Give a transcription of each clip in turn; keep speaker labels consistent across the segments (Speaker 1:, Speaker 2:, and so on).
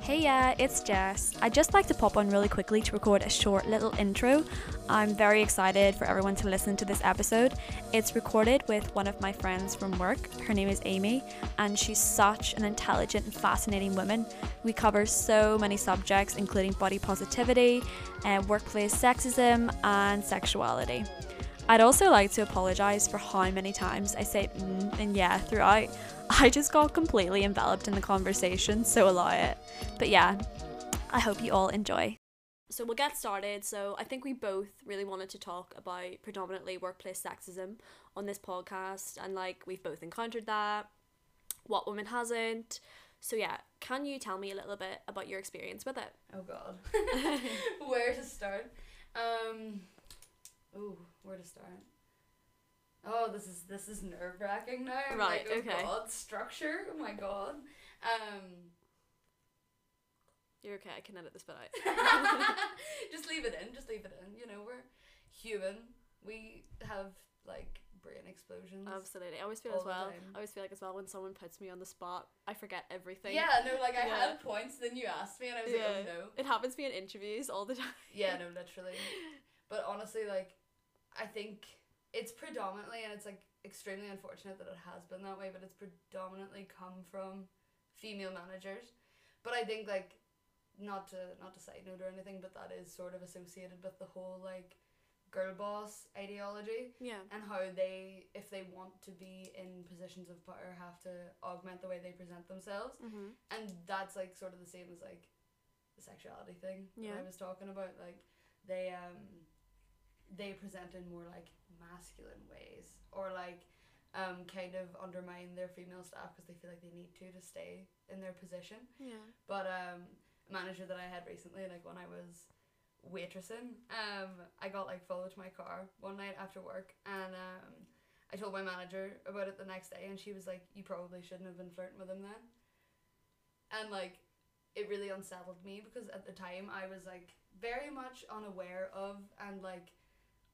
Speaker 1: Hey, yeah, it's Jess. I'd just like to pop on really quickly to record a short little intro. I'm very excited for everyone to listen to this episode. It's recorded with one of my friends from work. Her name is Amy, and she's such an intelligent and fascinating woman. We cover so many subjects, including body positivity, uh, workplace sexism, and sexuality. I'd also like to apologise for how many times I say mm and yeah throughout. I just got completely enveloped in the conversation, so allow it. But yeah, I hope you all enjoy.
Speaker 2: So we'll get started. So I think we both really wanted to talk about predominantly workplace sexism on this podcast and like we've both encountered that. What woman hasn't? So yeah, can you tell me a little bit about your experience with it?
Speaker 3: Oh god. where to start? Um Ooh, where to start? Oh, this is this is nerve wracking now. I'm
Speaker 2: Right,
Speaker 3: like, oh
Speaker 2: okay.
Speaker 3: god, structure. Oh my god. Um
Speaker 2: You're okay, I can edit this bit out.
Speaker 3: just leave it in, just leave it in. You know, we're human. We have like brain explosions.
Speaker 2: Absolutely. I always feel
Speaker 3: All
Speaker 2: as
Speaker 3: the
Speaker 2: well.
Speaker 3: time.
Speaker 2: I always feel like as well when someone puts me on the spot, I forget everything.
Speaker 3: yeah, no, like I
Speaker 2: Yeah.
Speaker 3: had points, then you asked me and I was
Speaker 2: Yeah.
Speaker 3: like, oh no.
Speaker 2: It happens to me in interviews all the time.
Speaker 3: Yeah, no, literally. But honestly, like, I think it's predominantly, and it's like extremely unfortunate that it has been that way, but it's predominantly come from female managers. But I think like, not to not to side note or anything, but that is sort of associated with the whole like girl boss ideology
Speaker 2: Yeah.
Speaker 3: and how they if they want to be in positions of power have to augment the way they present themselves
Speaker 2: Mm-hmm.
Speaker 3: and that's like sort of the same as like the sexuality thing that
Speaker 2: Yeah.
Speaker 3: I was talking about. Like they um they present in more like masculine ways or like um kind of undermine their female staff because they feel like they need to to stay in their position.
Speaker 2: Yeah.
Speaker 3: But um, a manager that I had recently, like when I was waitressing, um, I got like followed to my car one night after work, and um, I told my manager about it the next day, and she was like, "You probably shouldn't have been flirting with him then," and like, it really unsettled me because at the time I was like very much unaware of and like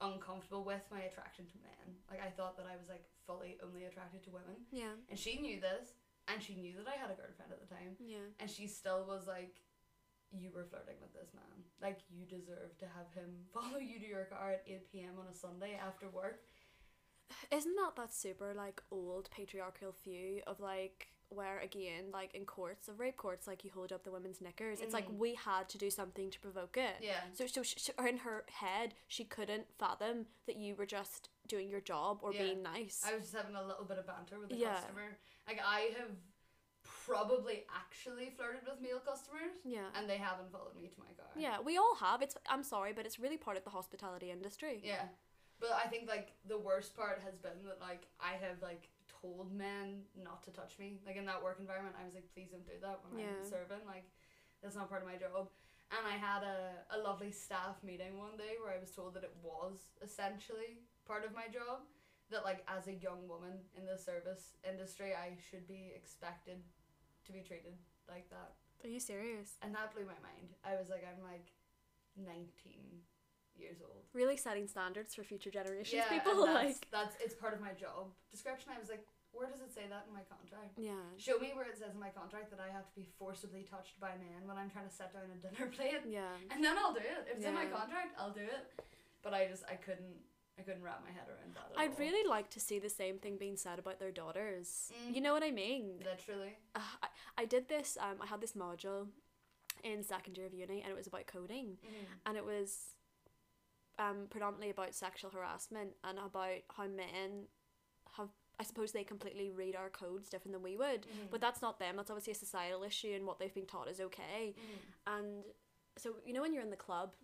Speaker 3: uncomfortable with my attraction to men. Like I thought that I was like fully only attracted to women,
Speaker 2: Yeah.
Speaker 3: and she knew this, and she knew that I had a girlfriend at the time
Speaker 2: Yeah.
Speaker 3: and she still was like you were flirting with this man like you deserve to have him follow you to your car at 8 p.m on a sunday after work
Speaker 2: Isn't that that super like old patriarchal view of like where again like in courts of rape courts like you hold up the women's knickers it's like
Speaker 3: Mhm.
Speaker 2: we had to do something to provoke it
Speaker 3: yeah
Speaker 2: so so sh sh- or in her head she couldn't fathom that you were just doing your job or
Speaker 3: Yeah.
Speaker 2: being nice
Speaker 3: i was just having a little bit of banter with the
Speaker 2: Yeah.
Speaker 3: customer like i have probably actually flirted with male customers
Speaker 2: yeah
Speaker 3: and they haven't followed me to my car
Speaker 2: yeah we all have it's I'm sorry but it's really part of the hospitality industry
Speaker 3: yeah but i think like the worst part has been that like i have like told men not to touch me like in that work environment i was like please don't do that when
Speaker 2: Yeah.
Speaker 3: i'm serving like that's not part of my job and i had a, a lovely staff meeting one day where i was told that it was essentially part of my job that like as a young woman in the service industry i should be expected to be treated like that
Speaker 2: are you serious
Speaker 3: and that blew my mind i was like i'm like 19 years old
Speaker 2: really setting standards for future generations
Speaker 3: yeah,
Speaker 2: people
Speaker 3: and that's,
Speaker 2: like
Speaker 3: that's it's part of my job description. I was like, where does it say that in my contract?
Speaker 2: yeah
Speaker 3: Show me where it says in my contract that I have to be forcibly touched by men when I'm trying to set down a dinner plate,
Speaker 2: yeah
Speaker 3: and then I'll do it. If it's in my
Speaker 2: Yeah.
Speaker 3: contract, I'll do it. But I just I couldn't I couldn't wrap my head around that. At
Speaker 2: I'd
Speaker 3: all.
Speaker 2: really like to see the same thing being said about their daughters.
Speaker 3: Mm.
Speaker 2: You know what I mean?
Speaker 3: literally.
Speaker 2: Uh, I, I did this, um, I had this module in second year of uni and it was about coding
Speaker 3: Mm.
Speaker 2: and it was um, predominantly about sexual harassment and about how men have, I suppose they completely read our codes different than we would.
Speaker 3: Mhm.
Speaker 2: But that's not them, that's obviously a societal issue and what they've been taught is okay.
Speaker 3: Mm.
Speaker 2: And so, you know, when you're in the club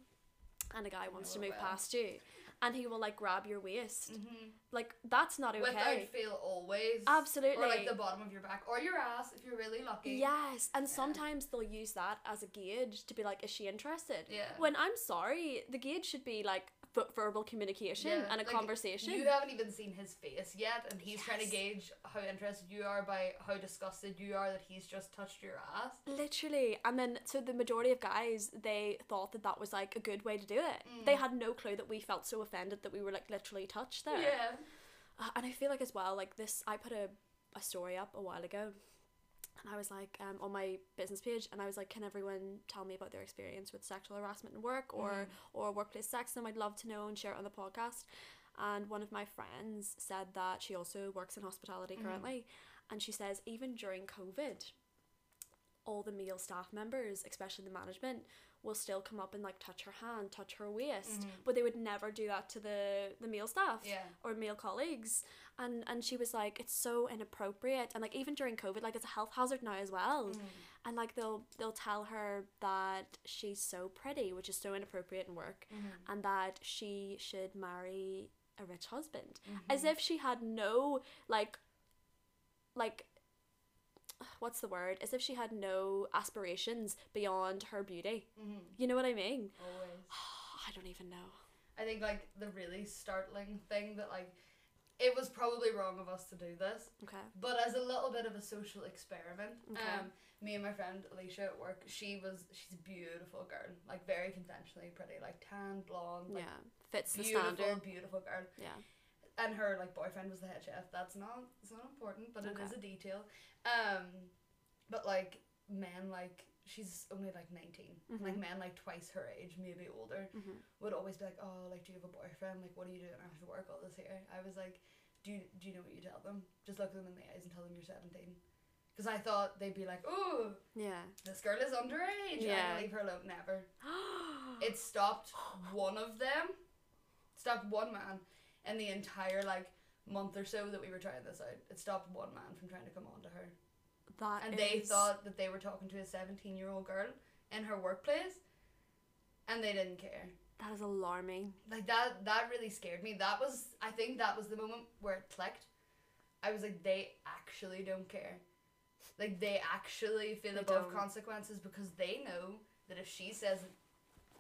Speaker 2: and a guy
Speaker 3: I
Speaker 2: wants to
Speaker 3: know
Speaker 2: move
Speaker 3: well.
Speaker 2: past you and he will like grab your waist,
Speaker 3: Mhm.
Speaker 2: like that's not okay.
Speaker 3: Without fail, always.
Speaker 2: Absolutely.
Speaker 3: Or like the bottom of your back or your ass if you're really lucky.
Speaker 2: Yes, and
Speaker 3: Yeah.
Speaker 2: sometimes they'll use that as a gauge to be like, is she interested?
Speaker 3: Yeah.
Speaker 2: When I'm sorry, the gauge should be like v- verbal communication
Speaker 3: Yeah,
Speaker 2: and a
Speaker 3: like,
Speaker 2: conversation.
Speaker 3: You haven't even seen his face yet, and he's trying to
Speaker 2: Yes.
Speaker 3: gauge how interested you are by how disgusted you are that he's just touched your ass.
Speaker 2: Literally, and then so the majority of guys they thought that that was like a good way to do it. They
Speaker 3: Mm.
Speaker 2: had no clue that we felt so offended that we were like literally touched there.
Speaker 3: Yeah.
Speaker 2: Uh, and I feel like as well, like this, I put a, a story up a while ago and I was like um, on my business page, and I was like, can everyone tell me about their experience with sexual harassment in work or or workplace sexism? I'd love to know and share it on the podcast. And one of my friends said that she also works in hospitality
Speaker 3: Mhm.
Speaker 2: currently, and she says even during COVID, all the male staff members, especially the management, will still come up and like touch her hand, touch her waist,
Speaker 3: Mhm.
Speaker 2: but they would never do that to the the male staff
Speaker 3: Yeah.
Speaker 2: or male colleagues and and she was like it's so inappropriate and like even during covid like it's a health hazard now as well and like they'll they'll tell her that she's so pretty which is so inappropriate in work and that she should marry a rich husband as if she had no like like what's the word as if she had no aspirations beyond her beauty
Speaker 3: Mhm.
Speaker 2: you know what i mean
Speaker 3: Always.
Speaker 2: i don't even know
Speaker 3: I think like the really startling thing that like it was probably wrong of us to do this,
Speaker 2: okay
Speaker 3: but as a little bit of a social experiment,
Speaker 2: Okay.
Speaker 3: um, me and my friend Alicia at work, she was she's a beautiful girl, like very conventionally pretty, like tan, blonde,
Speaker 2: yeah
Speaker 3: like
Speaker 2: fits the
Speaker 3: beautiful,
Speaker 2: standard
Speaker 3: beautiful girl.
Speaker 2: yeah
Speaker 3: And her like boyfriend was the head chef. That's not it's not important, but
Speaker 2: Okay.
Speaker 3: it is a detail. Um, but like men like she's only like 19 like
Speaker 2: Mm-hmm.
Speaker 3: men like twice her age maybe older
Speaker 2: hmm
Speaker 3: would always be like, "Oh, like, do you have a boyfriend? Like, what are you doing after work all this here?" I was like, "Do you, do you know what you tell them? Just look them in the eyes and tell them you're 17." Because I thought they'd be like, "Oh,
Speaker 2: yeah
Speaker 3: this girl is underage.
Speaker 2: Yeah.
Speaker 3: I can leave her alone." Never. It stopped one of them. Stopped one man in the entire like month or so that we were trying this out. It stopped one man from trying to come on to her,
Speaker 2: That
Speaker 3: and they
Speaker 2: is-
Speaker 3: thought that they were talking to a 17 year old girl in her workplace, and they didn't care.
Speaker 2: that is alarming.
Speaker 3: like that that really scared me that was i think that was the moment where it clicked i was like they actually don't care like they actually feel
Speaker 2: They
Speaker 3: above
Speaker 2: don't.
Speaker 3: consequences because they know that if she says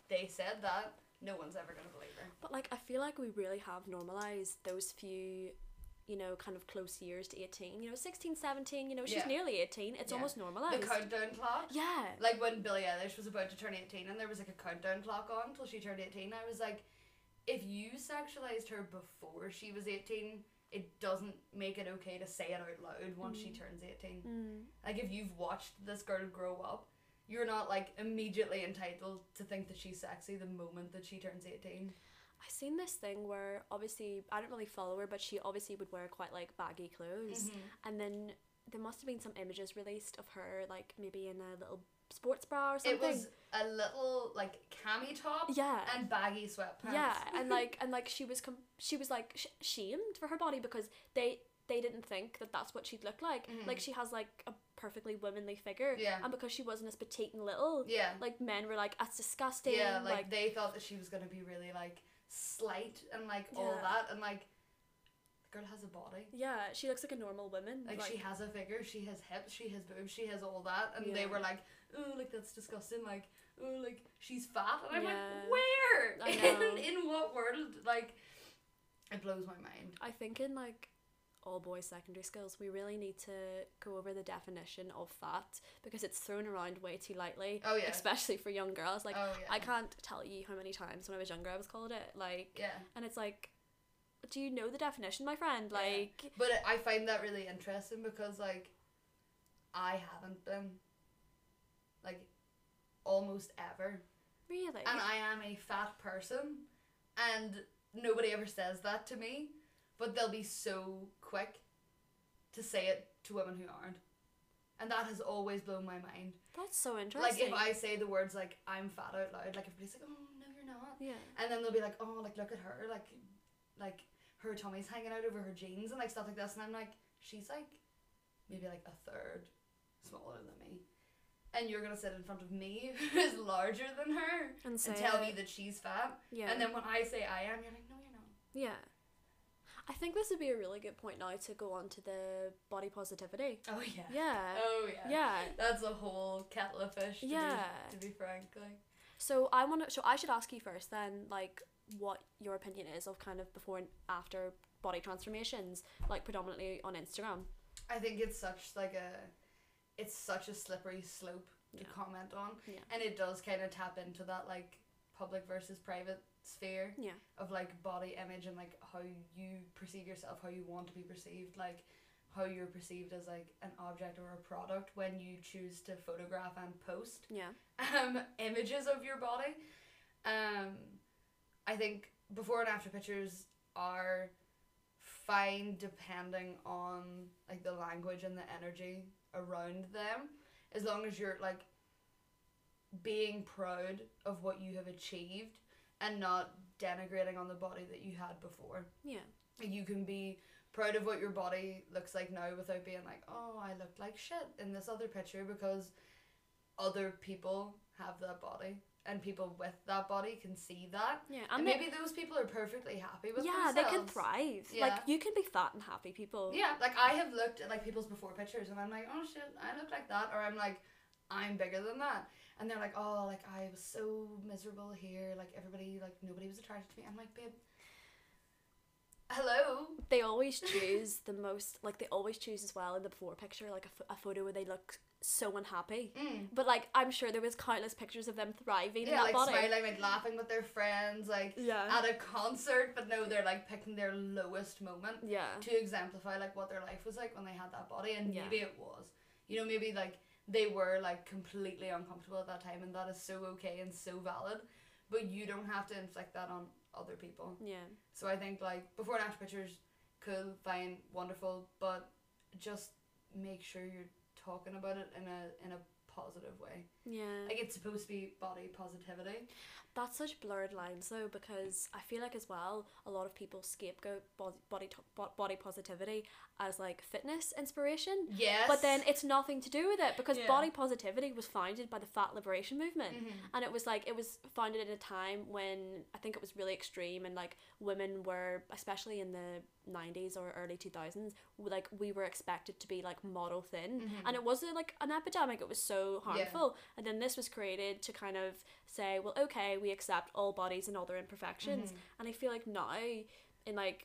Speaker 3: they said that no one's ever going to believe her
Speaker 2: But like I feel like we really have normalized those few you know kind of close years to 18 you know 16 17 you know she's
Speaker 3: Yeah.
Speaker 2: nearly 18 it's
Speaker 3: Yeah.
Speaker 2: almost normalized
Speaker 3: the countdown clock
Speaker 2: yeah
Speaker 3: like when billie eilish was about to turn 18 and there was like a countdown clock on till she turned 18 i was like if you sexualized her before she was 18 it doesn't make it okay to say it out loud once she turns 18
Speaker 2: mm.
Speaker 3: Like if you've watched this girl grow up, you're not like immediately entitled to think that she's sexy the moment that she turns eighteen.
Speaker 2: i seen this thing where obviously i don't really follow her but she obviously would wear quite like baggy clothes
Speaker 3: Mm-hmm.
Speaker 2: and then there must have been some images released of her like maybe in a little sports bra or something
Speaker 3: It was a little like cami top
Speaker 2: yeah
Speaker 3: and baggy sweatpants.
Speaker 2: yeah and like and like she was com- she was like sh- shamed for her body because they they didn't think that that's what she'd look like
Speaker 3: Mhm.
Speaker 2: like she has like a perfectly womanly figure
Speaker 3: Yeah.
Speaker 2: and because she wasn't as petite and little
Speaker 3: yeah,
Speaker 2: like men were like that's disgusting
Speaker 3: yeah. Like,
Speaker 2: like,
Speaker 3: they thought that she was gonna be really like slight and like all
Speaker 2: Yeah.
Speaker 3: that and like the girl has a body.
Speaker 2: yeah she looks like a normal woman
Speaker 3: Like, she has a figure, she has hips, she has boobs, she has all that, and
Speaker 2: Yeah.
Speaker 3: they were like, "Ooh, like that's disgusting." Like, "Ooh, like she's fat," and I'm
Speaker 2: Yeah.
Speaker 3: like, "Where?
Speaker 2: I know.
Speaker 3: in, in what world?" Like, it blows my mind.
Speaker 2: i think in like all boys secondary schools we really need to go over the definition of fat because it's thrown around way too lightly
Speaker 3: Oh, yeah.
Speaker 2: especially for young girls like
Speaker 3: oh yeah,
Speaker 2: i can't tell you how many times when i was younger i was called it like
Speaker 3: yeah.
Speaker 2: And it's like, do you know the definition, my friend?
Speaker 3: Yeah.
Speaker 2: Like,
Speaker 3: But I find that really interesting because like, I haven't been, like, almost ever,
Speaker 2: really?
Speaker 3: and I am a fat person, and nobody ever says that to me, but they'll be so quick to say it to women who aren't. And that has always blown my mind.
Speaker 2: That's so
Speaker 3: Like
Speaker 2: interesting.
Speaker 3: if I say the words like I'm fat out loud, like everybody's like, Oh no you're not
Speaker 2: yeah.
Speaker 3: and then they'll be like, Oh like look at her like like her tummy's hanging out over her jeans and like stuff like this and I'm like, She's like maybe like a third smaller than me. And you're gonna sit in front of me who's larger than her
Speaker 2: And say
Speaker 3: and tell
Speaker 2: it.
Speaker 3: me that she's fat.
Speaker 2: Yeah.
Speaker 3: And then when I say I am, you're like, no, you're not.
Speaker 2: yeah. I think this would be a really good point now to go on to the body positivity.
Speaker 3: Oh yeah.
Speaker 2: Yeah.
Speaker 3: Oh yeah.
Speaker 2: yeah.
Speaker 3: That's a whole kettle of fish. To
Speaker 2: Yeah.
Speaker 3: Be, to be frank, like.
Speaker 2: So I want to. So I should ask you first then, like, what your opinion is of kind of before and after body transformations, like predominantly on Instagram.
Speaker 3: I think it's such like a, it's such a slippery slope to
Speaker 2: Yeah.
Speaker 3: comment on,
Speaker 2: Yeah.
Speaker 3: and it does kind of tap into that like public versus private sphere
Speaker 2: Yeah.
Speaker 3: of like body image and like how you perceive yourself, how you want to be perceived, like how you're perceived as like an object or a product when you choose to photograph and post
Speaker 2: Yeah.
Speaker 3: um, images of your body. Um, I think before and after pictures are fine depending on like the language and the energy around them, as long as you're like being proud of what you have achieved and not denigrating on the body that you had before.
Speaker 2: Yeah.
Speaker 3: Like, You can be proud of what your body looks like now without being like, oh, I looked like shit in this other picture because other people have that body and people with that body can see that.
Speaker 2: Yeah.
Speaker 3: And
Speaker 2: And they-
Speaker 3: maybe those people are perfectly happy with
Speaker 2: yeah,
Speaker 3: themselves.
Speaker 2: they can thrive. Like
Speaker 3: Yeah.
Speaker 2: you can be fat and happy people.
Speaker 3: Yeah, like I have looked at like people's before pictures and I'm like, oh shit, I look like that, or I'm like, I'm bigger than that, and they're like, oh, like I was so miserable here, like everybody, like nobody was attracted to me. I'm like, babe, hello,
Speaker 2: They always choose the most like they always choose as well in the before picture like a, pho- a photo where they look so unhappy.
Speaker 3: mm.
Speaker 2: But like I'm sure there was countless pictures of them thriving in
Speaker 3: yeah,
Speaker 2: that
Speaker 3: like
Speaker 2: body.
Speaker 3: smiling, like laughing with their friends, like
Speaker 2: Yeah.
Speaker 3: at a concert, but no, they're like picking their lowest moment.
Speaker 2: yeah.
Speaker 3: to exemplify like what their life was like when they had that body and
Speaker 2: Yeah.
Speaker 3: maybe it was you know maybe like they were like completely uncomfortable at that time and that is so okay and so valid but you don't have to inflict that on other people
Speaker 2: Yeah.
Speaker 3: so i think like before and after pictures cool fine wonderful but just make sure you're talking about it in a in a positive way
Speaker 2: Yeah.
Speaker 3: like it's supposed to be body positivity
Speaker 2: That's such blurred lines though, because I feel like as well a lot of people scapegoat body body, to- bo- body positivity as like fitness inspiration,
Speaker 3: yes
Speaker 2: but then it's nothing to do with it because
Speaker 3: Yeah.
Speaker 2: body positivity was founded by the Fat Liberation Movement,
Speaker 3: Mhm.
Speaker 2: and it was like it was founded at a time when I think it was really extreme and like women were especially in the nineties or early two thousands like we were expected to be like model thin,
Speaker 3: Mhm.
Speaker 2: and it wasn't like an epidemic it was so
Speaker 3: Yeah.
Speaker 2: harmful and then this was created to kind of say well okay we accept all bodies and all their imperfections
Speaker 3: Mhm.
Speaker 2: and i feel like now in like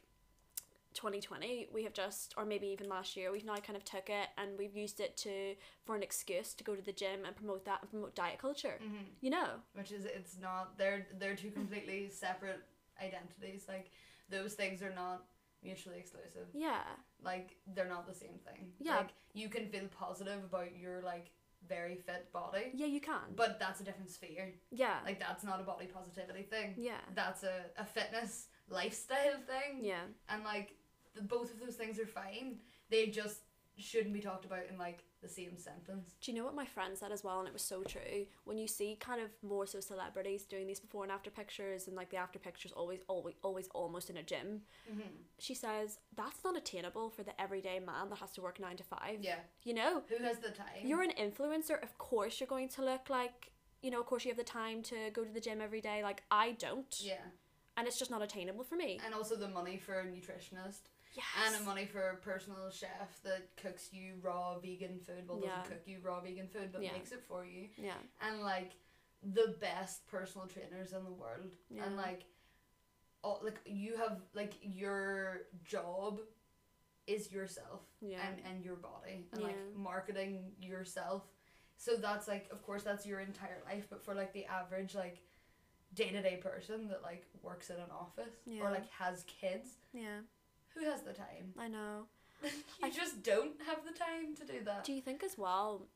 Speaker 2: 2020 we have just or maybe even last year we've now kind of took it and we've used it to for an excuse to go to the gym and promote that and promote diet culture
Speaker 3: Mhm.
Speaker 2: you know
Speaker 3: which is it's not they're they're two completely separate identities like those things are not mutually exclusive
Speaker 2: yeah
Speaker 3: like they're not the same thing
Speaker 2: Yeah.
Speaker 3: like you can feel positive about your like very fit body
Speaker 2: yeah you can
Speaker 3: but that's a different sphere
Speaker 2: yeah
Speaker 3: like that's not a body positivity thing
Speaker 2: yeah
Speaker 3: that's a, a fitness lifestyle thing
Speaker 2: yeah
Speaker 3: and like the, both of those things are fine they just shouldn't be talked about in like the same sentence
Speaker 2: Do you know what my friend said as well? And it was so true. When you see kind of more so celebrities doing these before and after pictures, and like the after pictures always, always, always almost in a gym,
Speaker 3: mm-hmm.
Speaker 2: she says that's not attainable for the everyday man that has to work nine to five.
Speaker 3: yeah
Speaker 2: You know,
Speaker 3: who has the time
Speaker 2: you're an influencer. Of course, you're going to look like, you know, of course you have the time to go to the gym every day. Like I don't.
Speaker 3: yeah
Speaker 2: And it's just not attainable for me.
Speaker 3: and also the money for a nutritionist
Speaker 2: Yes.
Speaker 3: and the money for a personal chef that cooks you raw vegan food. Well,
Speaker 2: Yeah.
Speaker 3: doesn't cook you raw vegan food, but
Speaker 2: Yeah.
Speaker 3: makes it for you.
Speaker 2: yeah.
Speaker 3: And like the best personal trainers in the world.
Speaker 2: Yeah.
Speaker 3: And like, all, like you have like your job is yourself
Speaker 2: Yeah.
Speaker 3: and and your body and
Speaker 2: Yeah.
Speaker 3: like marketing yourself. So that's like, of course, that's your entire life. But for like the average like day to day person that like works in an office
Speaker 2: Yeah.
Speaker 3: or like has kids,
Speaker 2: yeah.
Speaker 3: who has the time?
Speaker 2: I know.
Speaker 3: you
Speaker 2: I-
Speaker 3: just don't have the time to do that.
Speaker 2: Do you think as well?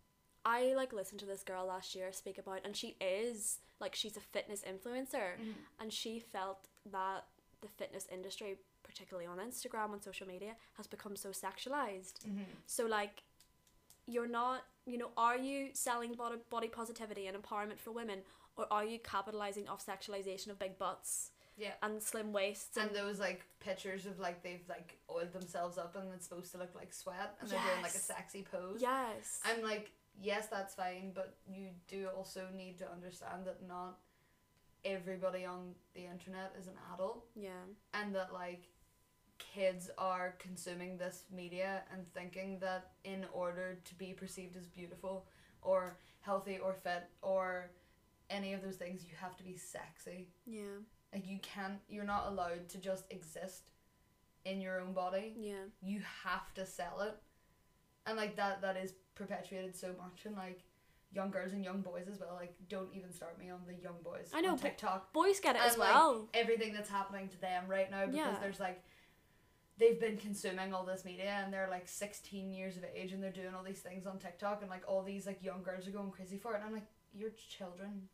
Speaker 2: I like listened to this girl last year speak about, and she is like she's a fitness influencer,
Speaker 3: Mhm.
Speaker 2: and she felt that the fitness industry, particularly on Instagram on social media, has become so sexualized.
Speaker 3: Mm-hmm.
Speaker 2: So like, you're not, you know, are you selling body body positivity and empowerment for women, or are you capitalizing off sexualization of big butts
Speaker 3: Yeah.
Speaker 2: and slim waists and
Speaker 3: And those like pictures of like they've like oiled themselves up and it's supposed to look like sweat and they're doing like a
Speaker 2: Yes.
Speaker 3: sexy pose.
Speaker 2: yes,
Speaker 3: I'm like, yes, that's fine, but you do also need to understand that not everybody on the internet is an adult
Speaker 2: yeah,
Speaker 3: and that like kids are consuming this media and thinking that in order to be perceived as beautiful or healthy or fit or any of those things you have to be sexy
Speaker 2: yeah,
Speaker 3: Like you can't you're not allowed to just exist in your own body.
Speaker 2: yeah,
Speaker 3: You have to sell it. And like that that is perpetuated so much and like young girls and young boys as well. Like don't even start me on the young boys
Speaker 2: I know,
Speaker 3: on
Speaker 2: but-
Speaker 3: TikTok.
Speaker 2: boys get it as
Speaker 3: And, like,
Speaker 2: well.
Speaker 3: Everything that's happening to them right now because
Speaker 2: Yeah.
Speaker 3: there's like they've been consuming all this media and they're like 16 years of age and they're doing all these things on TikTok and like all these like young girls are going crazy for it and I'm like you're children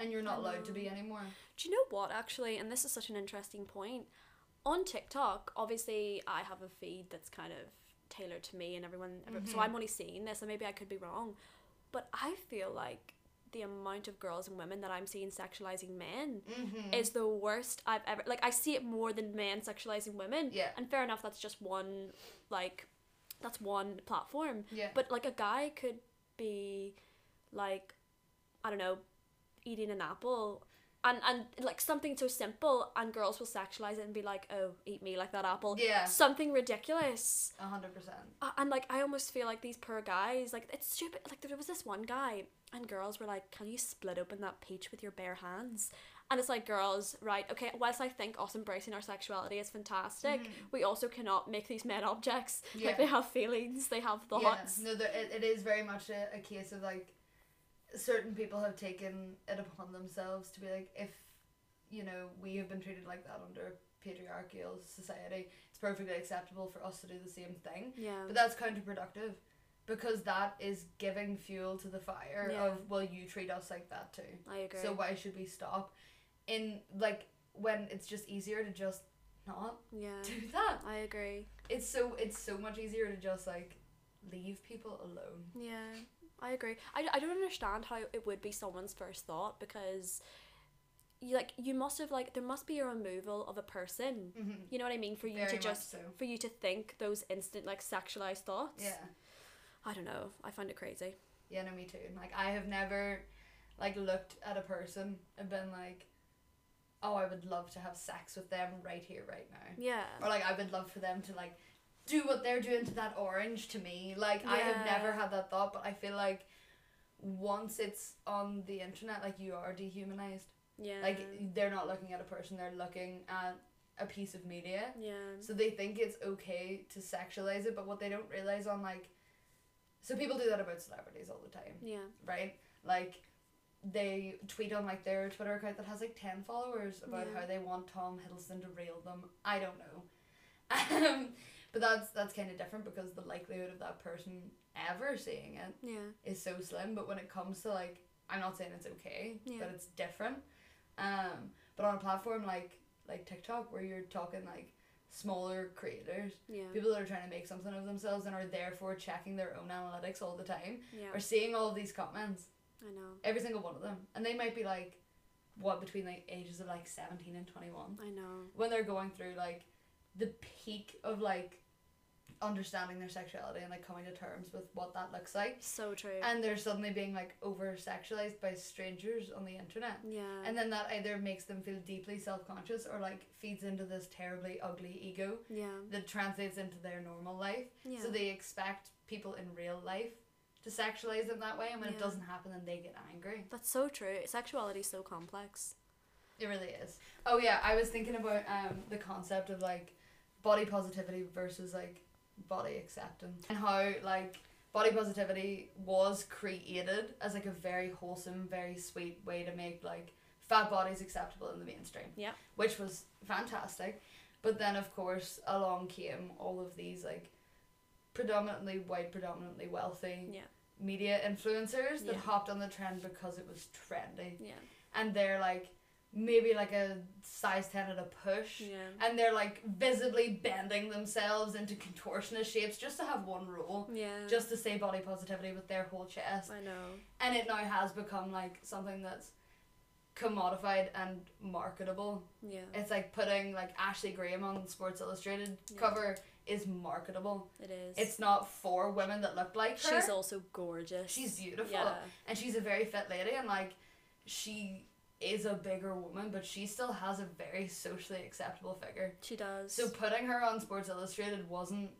Speaker 3: and you're not allowed to be anymore.
Speaker 2: Do you know what actually? And this is such an interesting point. On TikTok, obviously, I have a feed that's kind of tailored to me and everyone. every- So I'm only seeing this, and maybe I could be wrong, but I feel like the amount of girls and women that I'm seeing sexualizing men
Speaker 3: Mm-hmm.
Speaker 2: is the worst I've ever. Like I see it more than men sexualizing women.
Speaker 3: Yeah.
Speaker 2: And fair enough, that's just one like, that's one platform.
Speaker 3: Yeah.
Speaker 2: But like a guy could be, like, I don't know, eating an apple and and like something so simple and girls will sexualize it and be like oh eat me like that apple
Speaker 3: Yeah.
Speaker 2: something ridiculous
Speaker 3: A 100%.
Speaker 2: Uh, and like i almost feel like these poor guys like it's stupid like there was this one guy and girls were like can you split open that peach with your bare hands and it's like girls right okay whilst i think us embracing our sexuality is fantastic we also cannot make these men objects
Speaker 3: Mm-hmm. Yeah.
Speaker 2: like they have feelings they have thoughts
Speaker 3: Yeah, no, there, it, it is very much a, a case of like certain people have taken it upon themselves to be like, if you know, we have been treated like that under patriarchal society, it's perfectly acceptable for us to do the same thing.
Speaker 2: yeah
Speaker 3: But that's counterproductive because that is giving fuel to the fire
Speaker 2: Yeah.
Speaker 3: of, well, you treat us like that too.
Speaker 2: i agree
Speaker 3: So why should we stop? In like when it's just easier to just not
Speaker 2: yeah
Speaker 3: do that.
Speaker 2: i agree
Speaker 3: It's so it's so much easier to just like leave people alone.
Speaker 2: Yeah, I agree. I, I don't understand how it would be someone's first thought because you like you must have like there must be a removal of a person. You know what I mean for you
Speaker 3: Very
Speaker 2: to
Speaker 3: much
Speaker 2: just
Speaker 3: so.
Speaker 2: for you to think those instant like sexualized thoughts.
Speaker 3: Yeah.
Speaker 2: I don't know. I find it crazy.
Speaker 3: Yeah, no, me too. And, Like I have never like looked at a person and been like, Oh, I would love to have sex with them right here, right now.
Speaker 2: Yeah.
Speaker 3: Or like I would love for them to like do what they're doing to that orange to me. Like I have
Speaker 2: Yeah.
Speaker 3: never had that thought, but I feel like once it's on the internet, like you are dehumanized.
Speaker 2: Yeah.
Speaker 3: Like they're not looking at a person, they're looking at a piece of media.
Speaker 2: yeah.
Speaker 3: So they think it's okay to sexualize it, but what they don't realize on like, so people do that about celebrities all the time,
Speaker 2: Yeah.
Speaker 3: right? Like, they tweet on like their Twitter account that has like ten followers about
Speaker 2: Yeah.
Speaker 3: how they want Tom Hiddleston to rail them. I don't know, um, but that's that's kind of different because the likelihood of that person ever seeing it
Speaker 2: Yeah.
Speaker 3: is so slim. But when it comes to like, I'm not saying it's okay,
Speaker 2: Yeah.
Speaker 3: but it's different. Um, but on a platform like like TikTok, where you're talking like smaller creators,
Speaker 2: Yeah.
Speaker 3: people that are trying to make something of themselves and are therefore checking their own analytics all the time,
Speaker 2: Yeah.
Speaker 3: are seeing all of these comments,
Speaker 2: I know.
Speaker 3: every single one of them, and they might be like, what between like ages of like seventeen and twenty one,
Speaker 2: I know.
Speaker 3: when they're going through like the peak of like understanding their sexuality and like coming to terms with what that looks like
Speaker 2: So true.
Speaker 3: and they're suddenly being like over sexualized by strangers on the internet.
Speaker 2: yeah.
Speaker 3: And then that either makes them feel deeply self conscious or like feeds into this terribly ugly ego
Speaker 2: yeah.
Speaker 3: that translates into their normal life.
Speaker 2: Yeah.
Speaker 3: So they expect people in real life to sexualize them that way, and when it
Speaker 2: Yeah.
Speaker 3: doesn't happen, then they get angry.
Speaker 2: That's so true. Sexuality is so complex.
Speaker 3: It really is. Oh, yeah, I was thinking about um, the concept of like body positivity versus like body acceptance and how like body positivity was created as like a very wholesome very sweet way to make like fat bodies acceptable in the mainstream
Speaker 2: Yeah.
Speaker 3: which was fantastic but then of course along came all of these like predominantly white predominantly wealthy
Speaker 2: Yeah.
Speaker 3: media influencers that
Speaker 2: Yeah.
Speaker 3: hopped on the trend because it was trendy
Speaker 2: Yeah.
Speaker 3: and they're like maybe like a size 10 at a push
Speaker 2: Yeah.
Speaker 3: and they're like visibly bending themselves into contortionist shapes just to have one rule
Speaker 2: Yeah.
Speaker 3: just to say body positivity with their whole chest
Speaker 2: I know.
Speaker 3: and it now has become like something that's commodified and marketable
Speaker 2: Yeah.
Speaker 3: it's like putting like ashley graham on sports illustrated
Speaker 2: Yeah.
Speaker 3: cover is marketable
Speaker 2: It is.
Speaker 3: it's not for women that look like her
Speaker 2: She's also gorgeous.
Speaker 3: she's beautiful
Speaker 2: Yeah.
Speaker 3: and she's a very fit lady and like she is a bigger woman but she still has a very socially acceptable figure
Speaker 2: She does.
Speaker 3: So putting her on Sports Illustrated wasn't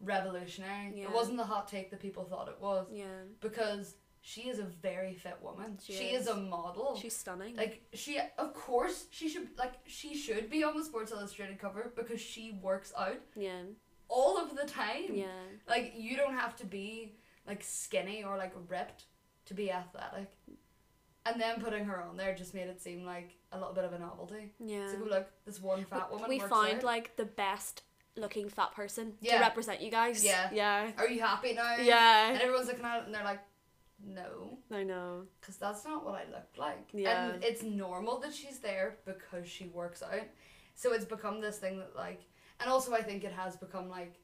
Speaker 3: revolutionary.
Speaker 2: Yeah.
Speaker 3: It wasn't the hot take that people thought it was
Speaker 2: yeah.
Speaker 3: because she is a very fit woman.
Speaker 2: She
Speaker 3: She, is.
Speaker 2: is.
Speaker 3: a model.
Speaker 2: She's stunning.
Speaker 3: like she of course she should like she should be on the Sports Illustrated cover because she works out
Speaker 2: yeah.
Speaker 3: all of the time.
Speaker 2: Yeah.
Speaker 3: Like you don't have to be like skinny or like ripped to be athletic. And then putting her on there just made it seem like a little bit of a novelty.
Speaker 2: Yeah.
Speaker 3: So go look, this one fat woman.
Speaker 2: we
Speaker 3: works
Speaker 2: found
Speaker 3: out.
Speaker 2: like the best looking fat person
Speaker 3: Yeah.
Speaker 2: to represent you guys.
Speaker 3: Yeah.
Speaker 2: Yeah.
Speaker 3: Are you happy now? And
Speaker 2: Yeah.
Speaker 3: everyone's looking at it and they're like, no,
Speaker 2: I know.
Speaker 3: because that's not what I looked like.
Speaker 2: Yeah.
Speaker 3: And it's normal that she's there because she works out. So it's become this thing that, like, and also I think it has become, like,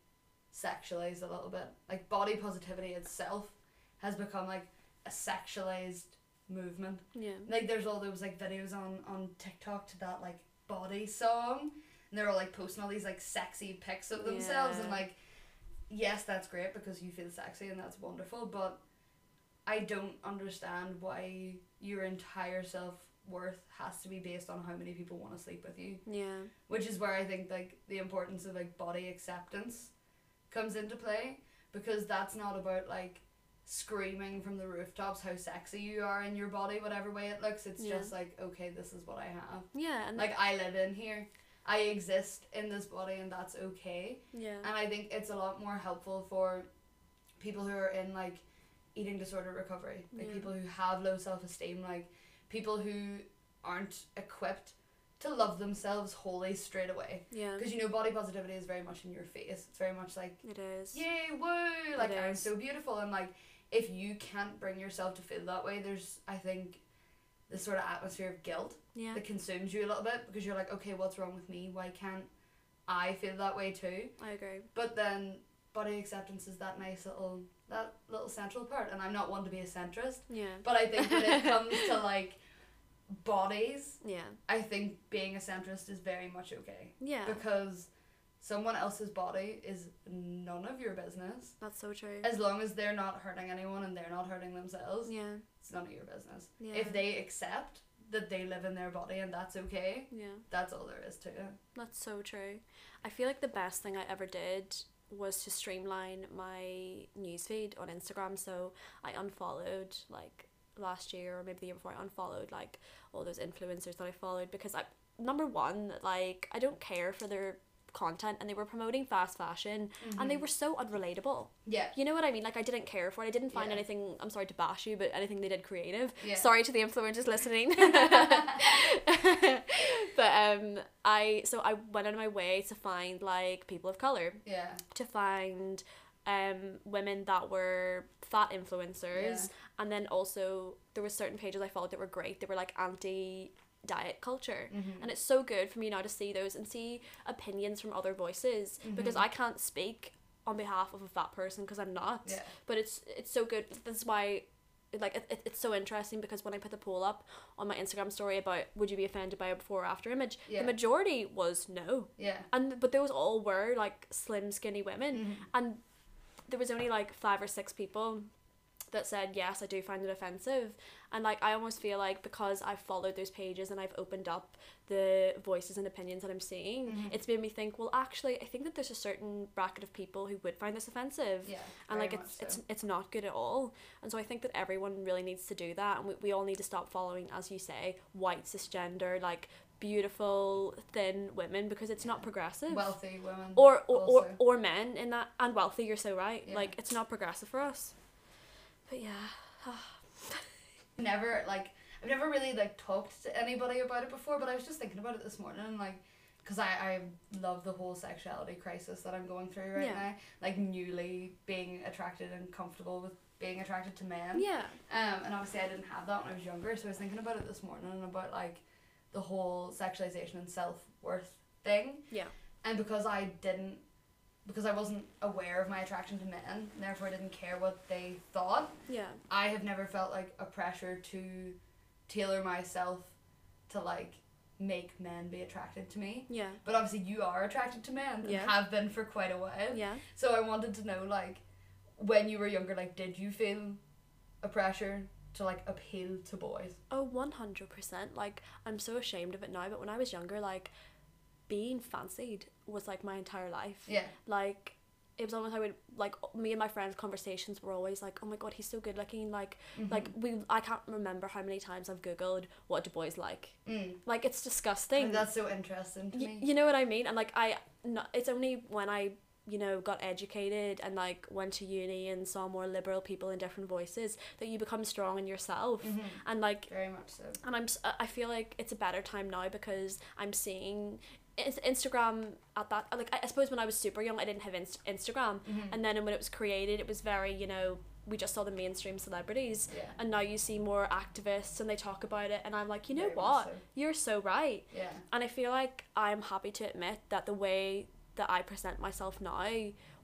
Speaker 3: sexualized a little bit. Like, body positivity itself has become, like, a sexualized movement.
Speaker 2: Yeah.
Speaker 3: Like there's all those like videos on on TikTok to that like body song, and they're all like posting all these like sexy pics of themselves and
Speaker 2: Yeah.
Speaker 3: like, yes, that's great because you feel sexy and that's wonderful, but I don't understand why your entire self worth has to be based on how many people want to sleep with you,
Speaker 2: Yeah.
Speaker 3: which is where I think like the importance of like body acceptance comes into play because that's not about like screaming from the rooftops how sexy you are in your body whatever way it looks it's
Speaker 2: Yeah.
Speaker 3: just like okay this is what i have
Speaker 2: Yeah. And
Speaker 3: like i live in here i exist in this body and that's okay
Speaker 2: yeah.
Speaker 3: and i think it's a lot more helpful for people who are in like eating disorder recovery like
Speaker 2: Yeah.
Speaker 3: people who have low self-esteem like people who aren't equipped to love themselves wholly straight away
Speaker 2: Yeah.
Speaker 3: because you know body positivity is very much in your face it's very much like
Speaker 2: It is.
Speaker 3: yay woo like
Speaker 2: It
Speaker 3: i'm
Speaker 2: is.
Speaker 3: so beautiful and like if you can't bring yourself to feel that way there's i think this sort of atmosphere of guilt
Speaker 2: Yeah.
Speaker 3: that consumes you a little bit because you're like okay what's wrong with me why can't i feel that way too
Speaker 2: I agree.
Speaker 3: but then body acceptance is that nice little that little central part and i'm not one to be a centrist
Speaker 2: Yeah.
Speaker 3: but i think when it comes to like bodies
Speaker 2: Yeah.
Speaker 3: i think being a centrist is very much okay
Speaker 2: Yeah.
Speaker 3: because someone else's body is none of your business
Speaker 2: That's so true.
Speaker 3: as long as they're not hurting anyone and they're not hurting themselves
Speaker 2: Yeah.
Speaker 3: it's none of your business
Speaker 2: Yeah.
Speaker 3: if they accept that they live in their body and that's okay
Speaker 2: Yeah.
Speaker 3: that's all there is to it
Speaker 2: That's so true. I feel like the best thing I ever did was to streamline my newsfeed on Instagram. So I unfollowed like last year or maybe the year before I unfollowed like all those influencers that I followed because I number one, like I don't care for their content and they were promoting fast fashion and they
Speaker 3: Mm-hmm.
Speaker 2: were so unrelatable.
Speaker 3: yeah
Speaker 2: You know what I mean? Like I didn't care for it. I didn't find
Speaker 3: Yeah.
Speaker 2: anything. I'm sorry to bash you, but anything they did creative.
Speaker 3: Yeah.
Speaker 2: Sorry to the influencers listening. but um, I so I went out of my way to find like people of color,
Speaker 3: yeah
Speaker 2: to find um women that were fat influencers, and then also there were certain pages I followed that were great. They were like anti diet culture
Speaker 3: Mm-hmm.
Speaker 2: and it's so good for me now to see those and see opinions from other voices
Speaker 3: Mm-hmm.
Speaker 2: because I can't speak on behalf of a fat person because I'm not.
Speaker 3: Yeah.
Speaker 2: But it's it's so good. That's why, like, it, it, it's so interesting because when I put the poll up on my Instagram story about would you be offended by a before or after image,
Speaker 3: Yeah.
Speaker 2: the majority was no,
Speaker 3: yeah
Speaker 2: and but those all were like slim, skinny women,
Speaker 3: Mhm.
Speaker 2: and there was only like five or six people that said yes i do find it offensive and like i almost feel like because i've followed those pages and i've opened up the voices and opinions that i'm seeing
Speaker 3: Mhm.
Speaker 2: it's made me think well actually i think that there's a certain bracket of people who would find this offensive
Speaker 3: yeah
Speaker 2: and like
Speaker 3: very
Speaker 2: it's,
Speaker 3: much
Speaker 2: it's
Speaker 3: so.
Speaker 2: it's not good at all and so i think that everyone really needs to do that and we, we all need to stop following as you say white cisgender like beautiful thin women because it's not progressive
Speaker 3: wealthy women
Speaker 2: or or, or
Speaker 3: also.
Speaker 2: or men in that and wealthy you're so right
Speaker 3: Yeah.
Speaker 2: like it's not progressive for us but yeah
Speaker 3: never like I've never really like talked to anybody about it before, but I was just thinking about it this morning and like because I, I love the whole sexuality crisis that I'm going through right
Speaker 2: Yeah.
Speaker 3: now, like newly being attracted and comfortable with being attracted to men.
Speaker 2: yeah
Speaker 3: Um, and obviously I didn't have that when I was younger, so I was thinking about it this morning and about like the whole sexualization and self worth thing.
Speaker 2: yeah
Speaker 3: And because I didn't, because I wasn't aware of my attraction to men, therefore I didn't care what they thought.
Speaker 2: yeah
Speaker 3: I have never felt like a pressure to tailor myself to like make men be attracted to me.
Speaker 2: yeah
Speaker 3: But obviously you are attracted to men and
Speaker 2: Yeah.
Speaker 3: have been for quite a while.
Speaker 2: yeah
Speaker 3: So I wanted to know like when you were younger like did you feel a pressure to like appeal to boys?
Speaker 2: Oh, 100%. Like, I'm so ashamed of it now, but when I was younger, like, being fancied was like my entire life.
Speaker 3: Yeah.
Speaker 2: Like, it was almost I would like me and my friends' conversations were always like, "Oh my god, he's so good looking." Like,
Speaker 3: Mm-hmm.
Speaker 2: like we I can't remember how many times I've googled what do boys like.
Speaker 3: Mm.
Speaker 2: Like it's disgusting.
Speaker 3: Like, that's so interesting to
Speaker 2: Y-
Speaker 3: me.
Speaker 2: you know what I mean? And like I, no, it's only when I, you know, got educated and like went to uni and saw more liberal people and different voices that you become strong in yourself. And like
Speaker 3: Very much so.
Speaker 2: uh, and I'm s- I feel like it's a better time now because I'm seeing Ins- Instagram at that like I I suppose when I was super young I didn't have inst- Instagram
Speaker 3: Mm-hmm.
Speaker 2: and then when it was created it was very you know we just saw the mainstream celebrities
Speaker 3: Yeah.
Speaker 2: and now you see more activists and they talk about it and I'm like you know
Speaker 3: Very much
Speaker 2: what
Speaker 3: so.
Speaker 2: you're so right
Speaker 3: Yeah.
Speaker 2: and I feel like I'm happy to admit that the way that I present myself now,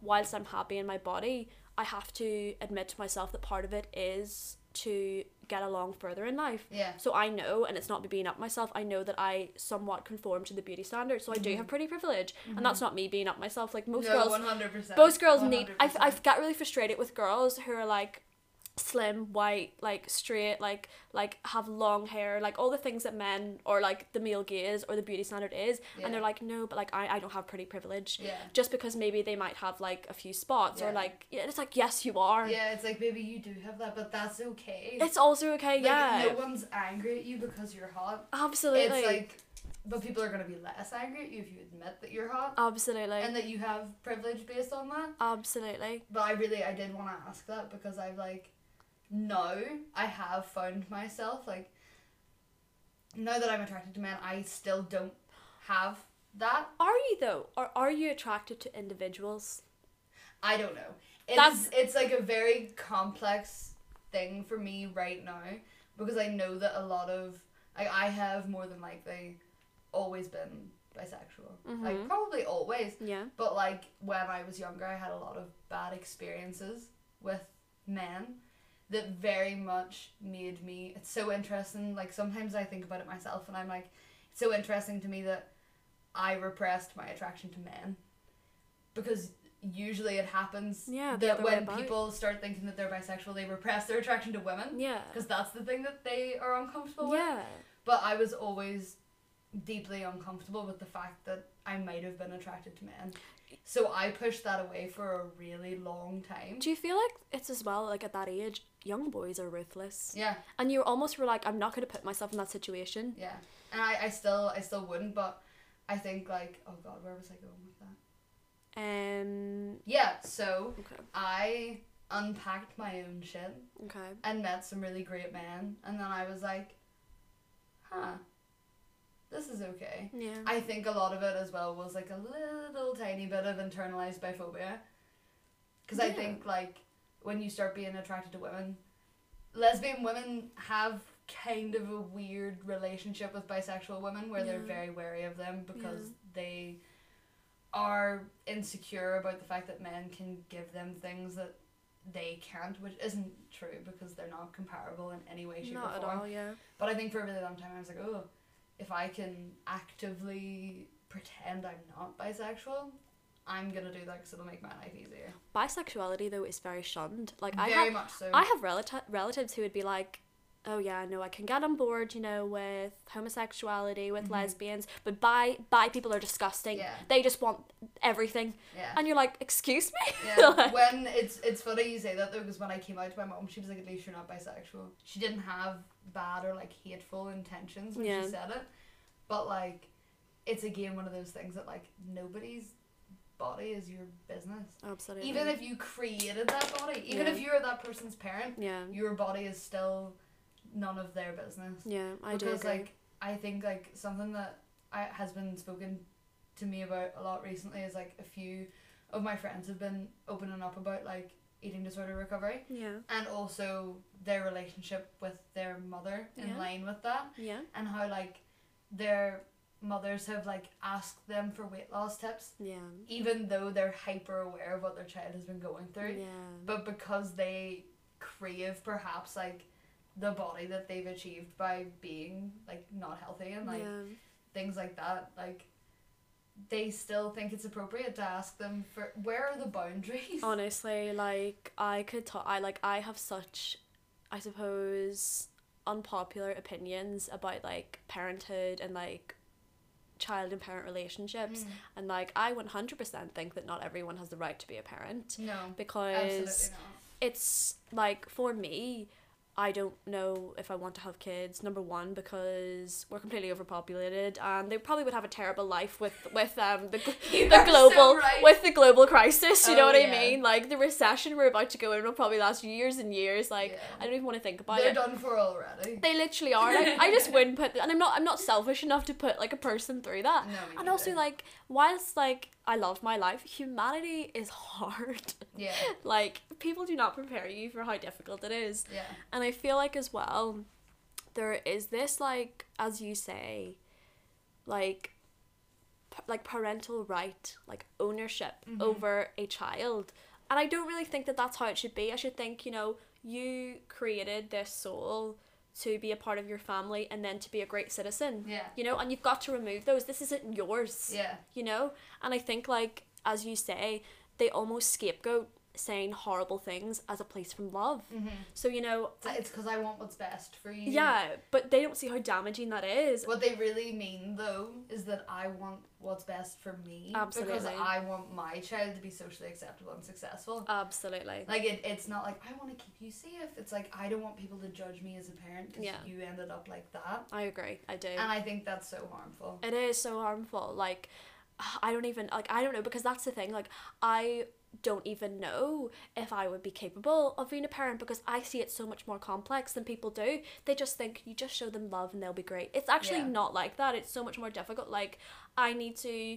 Speaker 2: whilst I'm happy in my body, I have to admit to myself that part of it is to get along further in life.
Speaker 3: Yeah.
Speaker 2: So I know, and it's not me being up myself, I know that I somewhat conform to the beauty standards. So I do have pretty privilege. And that's not me being up myself. Like most
Speaker 3: Mm-hmm. no,
Speaker 2: girls
Speaker 3: one hundred percent.
Speaker 2: most girls need I, I get really frustrated with girls who are like slim white like straight like like have long hair like all the things that men or like the male gaze or the beauty standard is and
Speaker 3: Yeah.
Speaker 2: they're like no but like I, I don't have pretty privilege
Speaker 3: Yeah.
Speaker 2: just because maybe they might have like a few spots or
Speaker 3: Yeah.
Speaker 2: like yeah, it's like yes you are
Speaker 3: Yeah, it's like maybe you do have that, but that's okay.
Speaker 2: it's also okay
Speaker 3: like,
Speaker 2: yeah
Speaker 3: No one's angry at you because you're hot.
Speaker 2: absolutely
Speaker 3: It's like, but people are gonna be less angry at you if you admit that you're hot
Speaker 2: absolutely
Speaker 3: and that you have privilege based on that.
Speaker 2: absolutely
Speaker 3: But I really, I did want to ask that because I've like, no, I have found myself like, now that I'm attracted to men, I still don't have that.
Speaker 2: are you though or are you attracted to individuals
Speaker 3: I don't know. It's
Speaker 2: That's-
Speaker 3: it's like a very complex thing for me right now because I know that a lot of like I have more than likely always been bisexual. Like probably always.
Speaker 2: yeah
Speaker 3: But like when I was younger, I had a lot of bad experiences with men that very much made me. It's so interesting. Like sometimes I think about it myself, and I'm like, it's so interesting to me that I repressed my attraction to men because usually it happens
Speaker 2: Yeah, the
Speaker 3: that
Speaker 2: other way
Speaker 3: when
Speaker 2: about.
Speaker 3: people start thinking that they're bisexual, they repress their attraction to women
Speaker 2: yeah
Speaker 3: because that's the thing that they are uncomfortable with.
Speaker 2: yeah
Speaker 3: But I was always deeply uncomfortable with the fact that I might have been attracted to men. So I pushed that away for a really long time.
Speaker 2: Do you feel like it's as well like at that age, young boys are ruthless,
Speaker 3: Yeah,
Speaker 2: and you almost were like, I'm not gonna put myself in that situation.
Speaker 3: yeah. And I, I still I still wouldn't, but I think like oh god, where was I going with that?
Speaker 2: Um.
Speaker 3: Yeah, so
Speaker 2: Okay.
Speaker 3: I unpacked my own shit
Speaker 2: Okay.
Speaker 3: and met some really great men and then I was like, huh, this is okay.
Speaker 2: Yeah.
Speaker 3: I think a lot of it as well was like a little tiny bit of internalized biphobia. Because I
Speaker 2: Yeah.
Speaker 3: think, like, when you start being attracted to women, lesbian women have kind of a weird relationship with bisexual women where they're
Speaker 2: Yeah.
Speaker 3: very wary of them because
Speaker 2: Yeah.
Speaker 3: they are insecure about the fact that men can give them things that they can't, which isn't true because they're not comparable in any way, shape,
Speaker 2: not
Speaker 3: or
Speaker 2: at
Speaker 3: form.
Speaker 2: all. Yeah.
Speaker 3: But I think for a really long time I was like, oh, if I can actively pretend I'm not bisexual, I'm gonna do that because it'll make my life easier.
Speaker 2: Bisexuality though is very shunned. Like I
Speaker 3: Very
Speaker 2: have,
Speaker 3: much so.
Speaker 2: I have relati- relatives who would be like, oh yeah, no, I can get on board, you know, with homosexuality, with lesbians, but bi bi people are disgusting.
Speaker 3: Mm-hmm. Yeah.
Speaker 2: They just want everything,
Speaker 3: yeah.
Speaker 2: and you're like, excuse me.
Speaker 3: yeah.
Speaker 2: Like-
Speaker 3: when it's it's funny you say that though because when I came out to my mom, she was like, at least you're not bisexual. She didn't have bad or like hateful intentions when
Speaker 2: Yeah.
Speaker 3: she said it, but like, it's again one of those things that like nobody's body is your business.
Speaker 2: Absolutely.
Speaker 3: Even if you created that body, even
Speaker 2: Yeah.
Speaker 3: if you're that person's parent,
Speaker 2: yeah.
Speaker 3: your body is still none of their business.
Speaker 2: Yeah, I do.
Speaker 3: because
Speaker 2: agree.
Speaker 3: like I think like something that I, has been spoken to me about a lot recently is like a few of my friends have been opening up about like eating disorder recovery
Speaker 2: yeah,
Speaker 3: and also their relationship with their mother in
Speaker 2: Yeah.
Speaker 3: line with that
Speaker 2: yeah,
Speaker 3: and how like their mothers have like asked them for weight loss tips
Speaker 2: yeah.
Speaker 3: even though they're hyper aware of what their child has been going through
Speaker 2: Yeah.
Speaker 3: but because they crave perhaps like the body that they've achieved by being like not healthy and like
Speaker 2: yeah.
Speaker 3: things like that like they still think it's appropriate to ask them for where are the boundaries
Speaker 2: Oh, Honestly, like I could talk. I like I have such, I suppose, unpopular opinions about like parenthood and like child and parent relationships,
Speaker 3: Mm.
Speaker 2: and like I one hundred percent think that not everyone has the right to be a parent
Speaker 3: no
Speaker 2: because
Speaker 3: absolutely not
Speaker 2: it's like for me I don't know if I want to have kids. Number one, because we're completely overpopulated, and they probably would have a terrible life with with um the, gl- the
Speaker 3: are so
Speaker 2: global
Speaker 3: right.
Speaker 2: with the global crisis. You know
Speaker 3: Oh,
Speaker 2: what I
Speaker 3: yeah.
Speaker 2: mean? Like the recession we're about to go in will probably last years and years. Like
Speaker 3: Yeah.
Speaker 2: I don't even want to think about
Speaker 3: They're
Speaker 2: it.
Speaker 3: done for already.
Speaker 2: They literally are. Like, I just wouldn't put, and I'm not. I'm not selfish enough to put like a person through that.
Speaker 3: No, me
Speaker 2: and also,
Speaker 3: neither.
Speaker 2: like, whilst like I love my life, humanity is hard.
Speaker 3: Yeah,
Speaker 2: like people do not prepare you for how difficult it is,
Speaker 3: yeah,
Speaker 2: and I feel like as well, there is this like, as you say, like, p- like parental right, like ownership over a child, and I don't really think that that's how it should be. I should think, you know, you created this soul to be a part of your family and then to be a great citizen.
Speaker 3: Yeah.
Speaker 2: You know, and you've got to remove those. This isn't yours
Speaker 3: yeah.
Speaker 2: you know and i think like as you say they almost scapegoat saying horrible things as a place from love so you know
Speaker 3: So it's because I want what's best for you.
Speaker 2: yeah but they don't see how damaging that is
Speaker 3: What they really mean though is that I want what's best for me because
Speaker 2: Absolutely.
Speaker 3: I want my child to be socially acceptable and successful.
Speaker 2: absolutely
Speaker 3: Like it, it's not like I want to keep you safe. It's like I don't want people to judge me as a parent because
Speaker 2: Yeah.
Speaker 3: you ended up like that,
Speaker 2: i agree i do
Speaker 3: and I think that's so harmful.
Speaker 2: it is so harmful like i don't even like i don't know because that's the thing like i don't even know if i would be capable of being a parent because i see it so much more complex than people do they just think you just show them love and they'll be great it's actually
Speaker 3: Yeah.
Speaker 2: not like that it's so much more difficult like i need to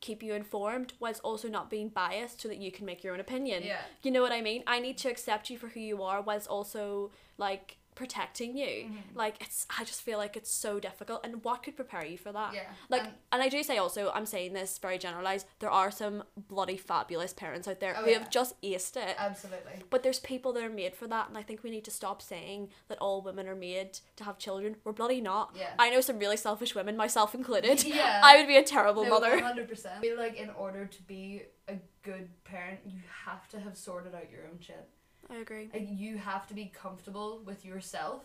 Speaker 2: keep you informed whilst also not being biased so that you can make your own opinion
Speaker 3: Yeah.
Speaker 2: you know what i mean i need to accept you for who you are whilst also like protecting you
Speaker 3: Mm-hmm.
Speaker 2: like it's i just feel like it's so difficult and what could prepare you for that
Speaker 3: Yeah, um,
Speaker 2: like
Speaker 3: and-
Speaker 2: and I do say also, I'm saying this very generalized, there are some bloody fabulous parents out there
Speaker 3: Oh,
Speaker 2: who
Speaker 3: yeah. Oh.
Speaker 2: have just aced it.
Speaker 3: Absolutely.
Speaker 2: but there's people that are made for that, and I think we need to stop saying that all women are made to have children. We're bloody not.
Speaker 3: Yeah.
Speaker 2: I know some really selfish women, myself included.
Speaker 3: Yeah.
Speaker 2: I would be a terrible
Speaker 3: One
Speaker 2: mother.
Speaker 3: hundred percent. Feel like in order to be a good parent, you have to have sorted out your own shit.
Speaker 2: I agree.
Speaker 3: Like you have to be comfortable with yourself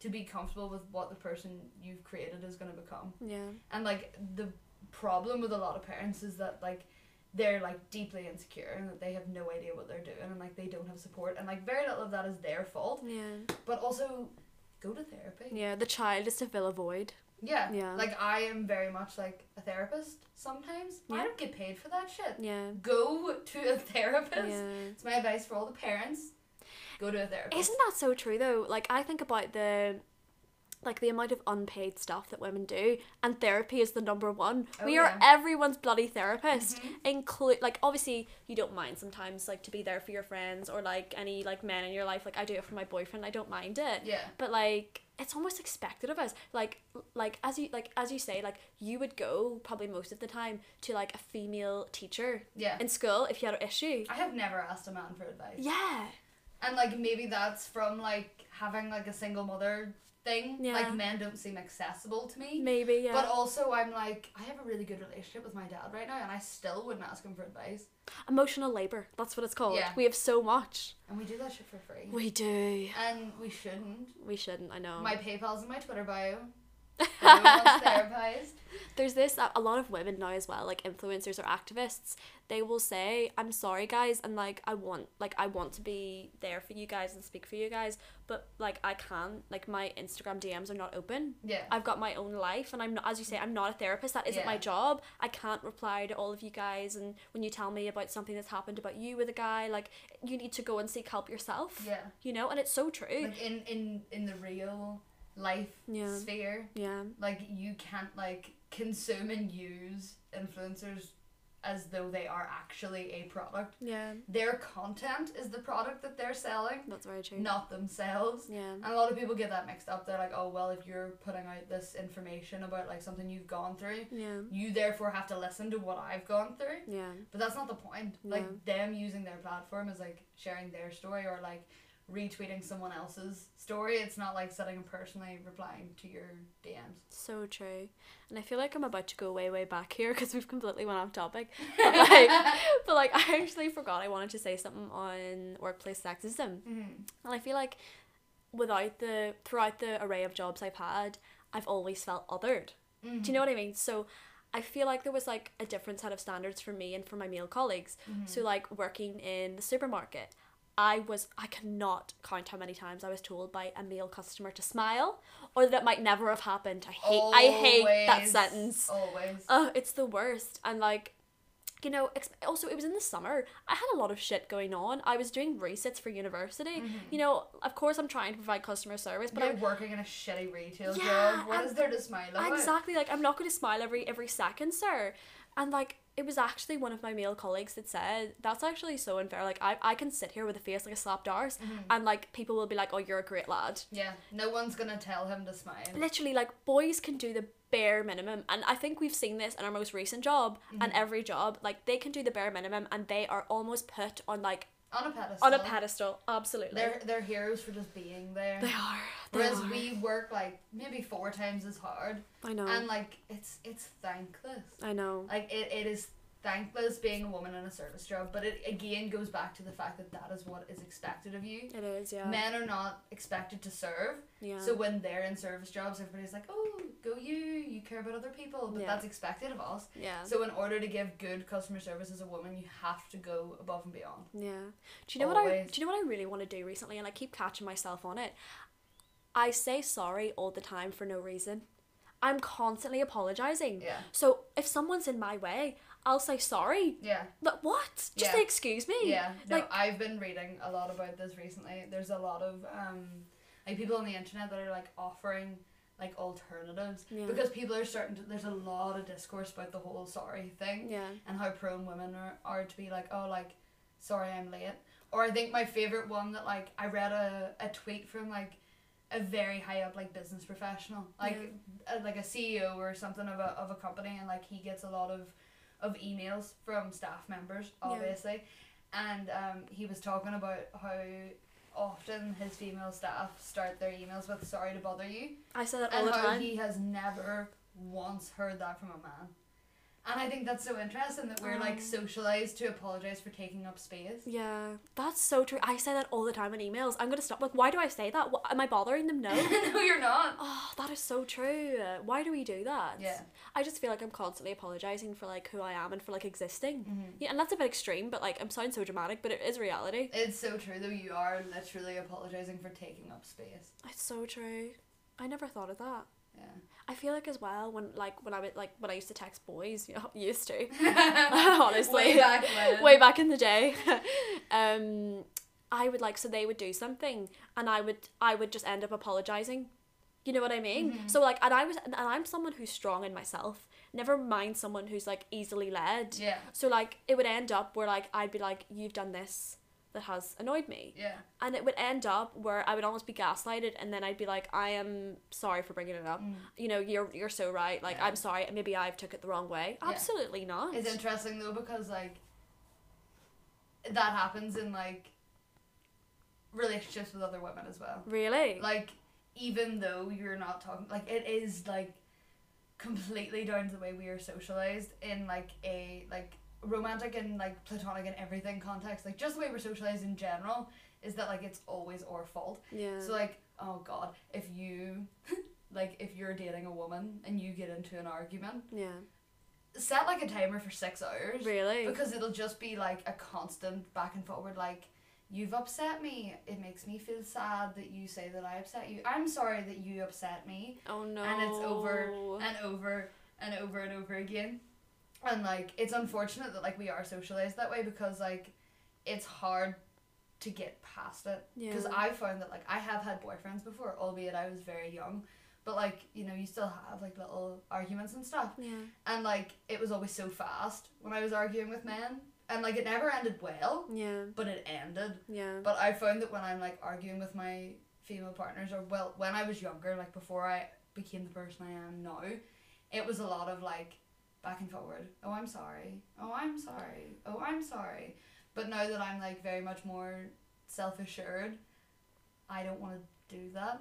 Speaker 3: to be comfortable with what the person you've created is gonna become.
Speaker 2: Yeah.
Speaker 3: And like the problem with a lot of parents is that like they're like deeply insecure and that they have no idea what they're doing and like they don't have support and like very little of that is their fault.
Speaker 2: Yeah.
Speaker 3: But also go to therapy.
Speaker 2: Yeah. The child is to fill a void.
Speaker 3: Yeah.
Speaker 2: Yeah.
Speaker 3: Like I am very much like a therapist sometimes.
Speaker 2: Yeah.
Speaker 3: I don't get paid for that shit.
Speaker 2: Yeah.
Speaker 3: Go to a therapist.
Speaker 2: Yeah.
Speaker 3: It's my advice for all the parents. Go to a therapist.
Speaker 2: Isn't that so true though? Like I think about the like the amount of unpaid stuff that women do and therapy is the number one.
Speaker 3: Oh,
Speaker 2: we are
Speaker 3: yeah. Mm-hmm.
Speaker 2: everyone's bloody therapist. Include like obviously you don't mind sometimes like to be there for your friends or like any like men in your life. Like I do it for my boyfriend, I don't mind it.
Speaker 3: Yeah.
Speaker 2: But like it's almost expected of us. Like like as you like as you say, like you would go probably most of the time to like a female teacher
Speaker 3: Yeah.
Speaker 2: in school if you had an issue.
Speaker 3: I have never asked a man for advice.
Speaker 2: Yeah.
Speaker 3: And like maybe that's from like having like a single mother thing.
Speaker 2: Yeah.
Speaker 3: Like men don't seem accessible to me.
Speaker 2: Maybe, yeah.
Speaker 3: But also I'm like I have a really good relationship with my dad right now and I still wouldn't ask him for advice.
Speaker 2: Emotional labor. That's what it's called.
Speaker 3: Yeah.
Speaker 2: We have so much.
Speaker 3: And we do that shit for free.
Speaker 2: We Oh. do.
Speaker 3: and we shouldn't.
Speaker 2: We shouldn't. I know.
Speaker 3: My PayPal's in my Twitter bio. Everyone wants therapized.
Speaker 2: There's this. A lot of women now as well, like influencers or activists. They will say, "I'm sorry, guys," and like, I want, like, I want to be there for you guys and speak for you guys, but like, I can't. Like, my Instagram DMs are not open.
Speaker 3: Yeah.
Speaker 2: I've got my own life, and I'm not, as you say, I'm not a therapist. That isn't my
Speaker 3: Yeah.
Speaker 2: job. I can't reply to all of you guys, and when you tell me about something that's happened about you with a guy, like, you need to go and seek help yourself.
Speaker 3: Yeah.
Speaker 2: You know, and it's so true.
Speaker 3: Like in in in the real life
Speaker 2: Yeah.
Speaker 3: sphere,
Speaker 2: yeah.
Speaker 3: like you can't like consume and use influencers as though they are actually a product.
Speaker 2: Yeah.
Speaker 3: Their content is the product that they're selling,
Speaker 2: That's very true.
Speaker 3: not themselves.
Speaker 2: Yeah.
Speaker 3: And a lot of people get that mixed up. They're like, "Oh, well, if you're putting out this information about like something you've gone through,
Speaker 2: Yeah.
Speaker 3: you therefore have to listen to what I've gone through."
Speaker 2: Yeah.
Speaker 3: But that's not the point.
Speaker 2: No.
Speaker 3: Like them using their platform is like sharing their story or like retweeting someone else's story. It's not like sitting and personally replying to your DMs.
Speaker 2: So true. And I feel like I'm about to go way, way back here because we've completely went off topic. But like, but like, I actually forgot I wanted to say something on workplace sexism. And I feel like without the, throughout the array of jobs I've had, I've always felt othered. Do you know what I mean? So I feel like there was like a different set of standards for me and for my male colleagues. So like working in the supermarket, I was I cannot count how many times I was told by a male customer to smile or that it might never have happened. I hate I hate that
Speaker 3: Always,
Speaker 2: sentence.
Speaker 3: Always.
Speaker 2: Oh, it's the worst. And like, you know, ex- also it was in the summer. I had a lot of shit going on. I was doing resets for university. You know, of course I'm trying to provide customer service, but
Speaker 3: You're
Speaker 2: I'm
Speaker 3: working in a shitty retail
Speaker 2: Yeah,
Speaker 3: job. What
Speaker 2: and-
Speaker 3: is there to smile about?
Speaker 2: exactly like I'm not going to smile every every second, sir. And like it was actually one of my male colleagues that said that's actually so unfair. Like I I can sit here with a face like a slapped arse, and like people will be like, oh, you're a great lad.
Speaker 3: Yeah, no one's gonna tell him to smile.
Speaker 2: literally like boys can do the bare minimum and i think we've seen this in our most recent job
Speaker 3: Mm-hmm.
Speaker 2: and every job like they can do the bare minimum and they are almost put on like
Speaker 3: On a pedestal.
Speaker 2: on a pedestal absolutely
Speaker 3: They're they're heroes for just being there.
Speaker 2: they are they
Speaker 3: Whereas
Speaker 2: are. Oh.
Speaker 3: we work like maybe four times as hard,
Speaker 2: i know
Speaker 3: and like it's it's thankless.
Speaker 2: i know
Speaker 3: Like it, it is thankless being a woman in a service job, but it again goes back to the fact that that is what is expected of you.
Speaker 2: it is yeah
Speaker 3: Men are not expected to serve,
Speaker 2: yeah
Speaker 3: so when they're in service jobs, everybody's like, "Oh, go you! You care about other people," but
Speaker 2: Yeah.
Speaker 3: that's expected of us.
Speaker 2: yeah
Speaker 3: So in order to give good customer service as a woman, you have to go above and beyond.
Speaker 2: Yeah. Do you know what I
Speaker 3: Always.
Speaker 2: do you know what I really want to do recently and I keep catching myself on it? I say sorry all the time for no reason. I'm constantly apologizing.
Speaker 3: Yeah.
Speaker 2: So if someone's in my way, I'll say sorry.
Speaker 3: Yeah,
Speaker 2: But what? Just
Speaker 3: Yeah.
Speaker 2: say excuse me.
Speaker 3: yeah. No,
Speaker 2: Like-
Speaker 3: I've been reading a lot about this recently. There's a lot of um, like people on the internet that are like offering like alternatives
Speaker 2: Yeah.
Speaker 3: because people are starting. To, there's a lot of discourse about the whole sorry thing
Speaker 2: Yeah.
Speaker 3: and how prone women are, are to be like, oh, like, sorry, I'm late. Or I think my favorite one that like I read a, a tweet from like a very high up like business professional, like a, like a CEO or something of a of a company, and like he gets a lot of of emails from staff members, obviously, and um, he was talking about how often his female staff start their emails with "sorry to bother you,"
Speaker 2: I say that all
Speaker 3: and
Speaker 2: the
Speaker 3: how
Speaker 2: time.
Speaker 3: he has never once heard that from a man. And I think that's so interesting that we're
Speaker 2: Um.
Speaker 3: like socialized to apologize for taking up space.
Speaker 2: yeah, that's so true. I say that all the time in emails. I'm gonna stop. Like, why do I say that? What, am I bothering them? No.
Speaker 3: no, you're not.
Speaker 2: Oh, that is so true. Why do we do that?
Speaker 3: Yeah.
Speaker 2: I just feel like I'm constantly apologizing for like who I am and for like existing. Yeah, and that's a bit extreme, but like I'm sounding so dramatic, but it is reality.
Speaker 3: It's so true though. You are literally apologizing for taking up space.
Speaker 2: It's so true. I never thought of that.
Speaker 3: Yeah.
Speaker 2: I feel like as well when like when I was like when I used to text boys, you know, used to. Honestly.
Speaker 3: Way back when.
Speaker 2: way back in the day um i would like so they would do something and i would i would just end up apologizing you know what i mean
Speaker 3: Mm-hmm.
Speaker 2: so like and i was and i'm someone who's strong in myself never mind someone who's like easily led
Speaker 3: Yeah.
Speaker 2: so like it would end up where like i'd be like you've done this that has annoyed me
Speaker 3: Yeah.
Speaker 2: and it would end up where i would almost be gaslighted and then i'd be like i am sorry for bringing it up you know you're you're so right like
Speaker 3: Mm. Yeah.
Speaker 2: i'm sorry maybe i've took it the wrong way
Speaker 3: Yeah.
Speaker 2: absolutely not
Speaker 3: It's interesting though because like that happens in like relationships with other women as well.
Speaker 2: really
Speaker 3: like even though you're not talking like it is like completely down to the way we are socialized in like a like romantic and like platonic and everything context like just the way we're socialized in general is that like it's always our fault
Speaker 2: yeah
Speaker 3: so like oh god if you like if you're dating a woman and you get into an argument
Speaker 2: yeah
Speaker 3: set like a timer for six hours
Speaker 2: Really?
Speaker 3: because it'll just be like a constant back and forward like you've upset me it makes me feel sad that you say that i upset you i'm sorry that you upset me
Speaker 2: oh no.
Speaker 3: and it's over and over and over and over again and like it's unfortunate that like we are socialized that way because like it's hard to get past it because
Speaker 2: Yeah.
Speaker 3: i found that like i have had boyfriends before albeit i was very young but like you know you still have like little arguments and stuff
Speaker 2: yeah.
Speaker 3: and like it was always so fast when I was arguing with men, and like it never ended well,
Speaker 2: Yeah.
Speaker 3: but it ended.
Speaker 2: Yeah.
Speaker 3: But I found that when I'm like arguing with my female partners, or well, when I was younger, like before I became the person I am now, it was a lot of like back and forward. Oh, I'm sorry. Oh, I'm sorry. Oh, I'm sorry. But now that I'm like very much more self assured, I don't want to do that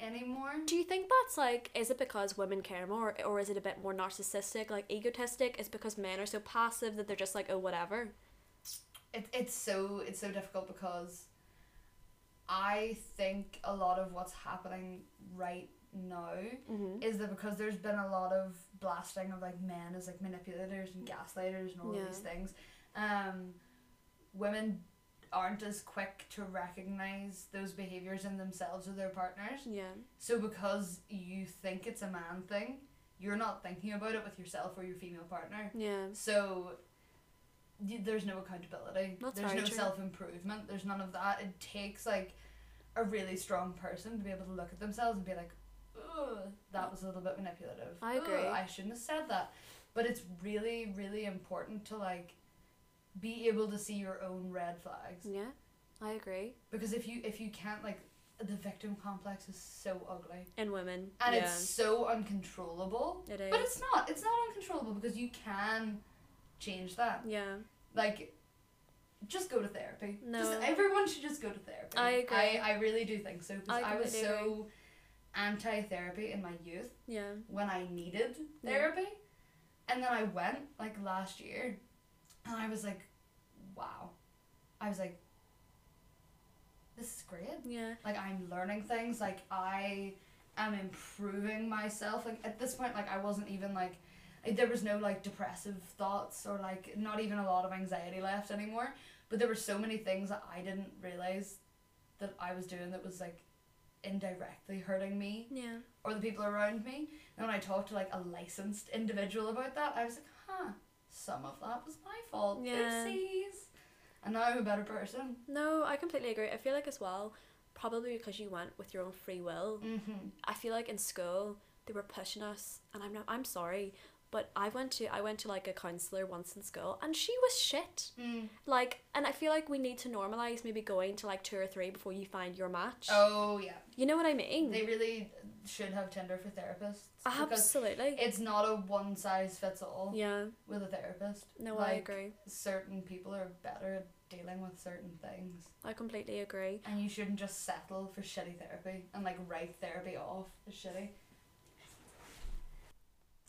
Speaker 3: anymore.
Speaker 2: Do you think that's like is it because women care more or is it a bit more narcissistic, like egotistic? Is it because men are so passive that they're just like, oh whatever?
Speaker 3: it, it's so it's so difficult because I think a lot of what's happening right now
Speaker 2: Mm-hmm.
Speaker 3: is that because there's been a lot of blasting of like men as like manipulators and gaslighters and all
Speaker 2: Yeah.
Speaker 3: these things, um, women aren't as quick to recognize those behaviors in themselves or their partners.
Speaker 2: Yeah.
Speaker 3: So because you think it's a man thing, you're not thinking about it with yourself or your female partner.
Speaker 2: Yeah.
Speaker 3: So y- there's no accountability.
Speaker 2: That's
Speaker 3: there's
Speaker 2: very
Speaker 3: no
Speaker 2: true.
Speaker 3: self improvement. There's none of that. It takes like a really strong person to be able to look at themselves and be like, "Ugh, that was a little bit manipulative.
Speaker 2: I
Speaker 3: Ugh,
Speaker 2: agree.
Speaker 3: I shouldn't have said that." But it's really, really important to like be able to see your own red flags
Speaker 2: Yeah. I agree.
Speaker 3: because if you if you can't like the victim complex is so ugly
Speaker 2: In women.
Speaker 3: and
Speaker 2: yeah.
Speaker 3: it's so uncontrollable.
Speaker 2: It
Speaker 3: But
Speaker 2: is.
Speaker 3: it's not. It's not uncontrollable because you can change that.
Speaker 2: yeah.
Speaker 3: Like, just go to therapy.
Speaker 2: No.
Speaker 3: Just, everyone should just go to therapy.
Speaker 2: I agree.
Speaker 3: I, I really do think so because
Speaker 2: I
Speaker 3: I, was
Speaker 2: completely
Speaker 3: so anti therapy in my youth
Speaker 2: Yeah.
Speaker 3: when I needed
Speaker 2: Yeah.
Speaker 3: therapy. And then I went like last year and I was like, wow. I was like, this is great
Speaker 2: Yeah.
Speaker 3: like I'm learning things, like I am improving myself. Like at this point, like I wasn't even like I- there was no like depressive thoughts or like not even a lot of anxiety left anymore. But there were so many things that I didn't realize that I was doing that was like indirectly hurting me
Speaker 2: Yeah.
Speaker 3: or the people around me. And when I talked to like a licensed individual about that, I was like, huh, some of that was my fault.
Speaker 2: Yeah.
Speaker 3: Oopsies. And now I'm a better person.
Speaker 2: No, I completely agree. I feel like as well, probably because you went with your own free will.
Speaker 3: Mm-hmm.
Speaker 2: I feel like in school they were pushing us, and I'm not, I'm sorry, but I went to I went to like a counselor once in school, and she was shit.
Speaker 3: Mm.
Speaker 2: Like, and I feel like we need to normalize maybe going to like two or three before you find your match.
Speaker 3: Oh yeah.
Speaker 2: You know what I mean?
Speaker 3: They really should have Tinder for therapists. Because
Speaker 2: Absolutely.
Speaker 3: it's not a one size fits all
Speaker 2: yeah.
Speaker 3: with a therapist.
Speaker 2: No, I
Speaker 3: Like,
Speaker 2: agree.
Speaker 3: Certain people are better at dealing with certain things.
Speaker 2: I completely agree.
Speaker 3: And you shouldn't just settle for shitty therapy and like write therapy off as shitty.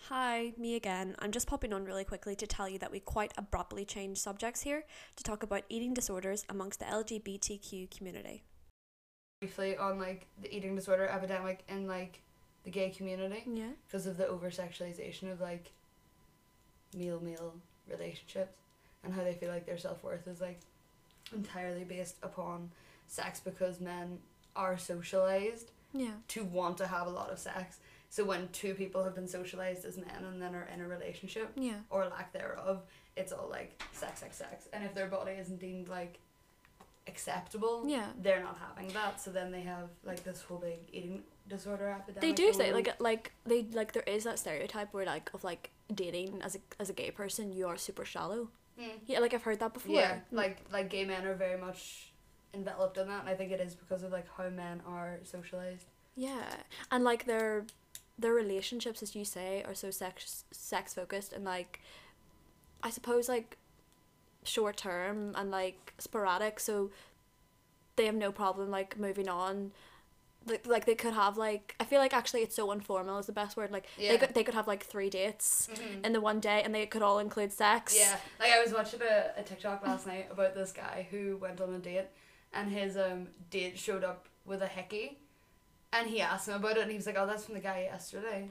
Speaker 1: Hi, me again. I'm just popping on really quickly to tell you that we quite abruptly changed subjects here to talk about eating disorders amongst the LGBTQ community.
Speaker 3: Briefly on like the eating disorder epidemic in like the gay community
Speaker 1: Yeah.
Speaker 3: because of the over sexualization of like meal meal relationships and how they feel like their self worth is like entirely based upon sex because men are socialized
Speaker 1: Yeah.
Speaker 3: to want to have a lot of sex. So when two people have been socialized as men and then are in a relationship
Speaker 1: Yeah.
Speaker 3: or lack thereof, it's all like sex, sex, sex. And if their body isn't deemed like acceptable,
Speaker 1: Yeah.
Speaker 3: they're not having that. So then they have like this whole big eating disorder epidemic.
Speaker 2: They do say
Speaker 3: going on.
Speaker 2: like uh, like they like there is that stereotype where like of like dating as a as a gay person you are super shallow.
Speaker 3: Mm.
Speaker 2: Yeah, like I've heard that before.
Speaker 3: Yeah, like like gay men are very much enveloped in that, and I think it is because of like how men are socialized.
Speaker 2: Yeah, and like their their relationships, as you say, are so sex sex focused and like I suppose like short term and like sporadic. So they have no problem like moving on. Like, like they could have like I feel like actually it's so informal is the best word. Like
Speaker 3: Yeah. Mm-hmm.
Speaker 2: they could they could have like three dates in the one day and they could all include sex.
Speaker 3: Yeah, like I was watching a, a TikTok last night about this guy who went on a date, and his um date showed up with a hickey, and he asked him about it, and he was like, "Oh, that's from the guy yesterday,"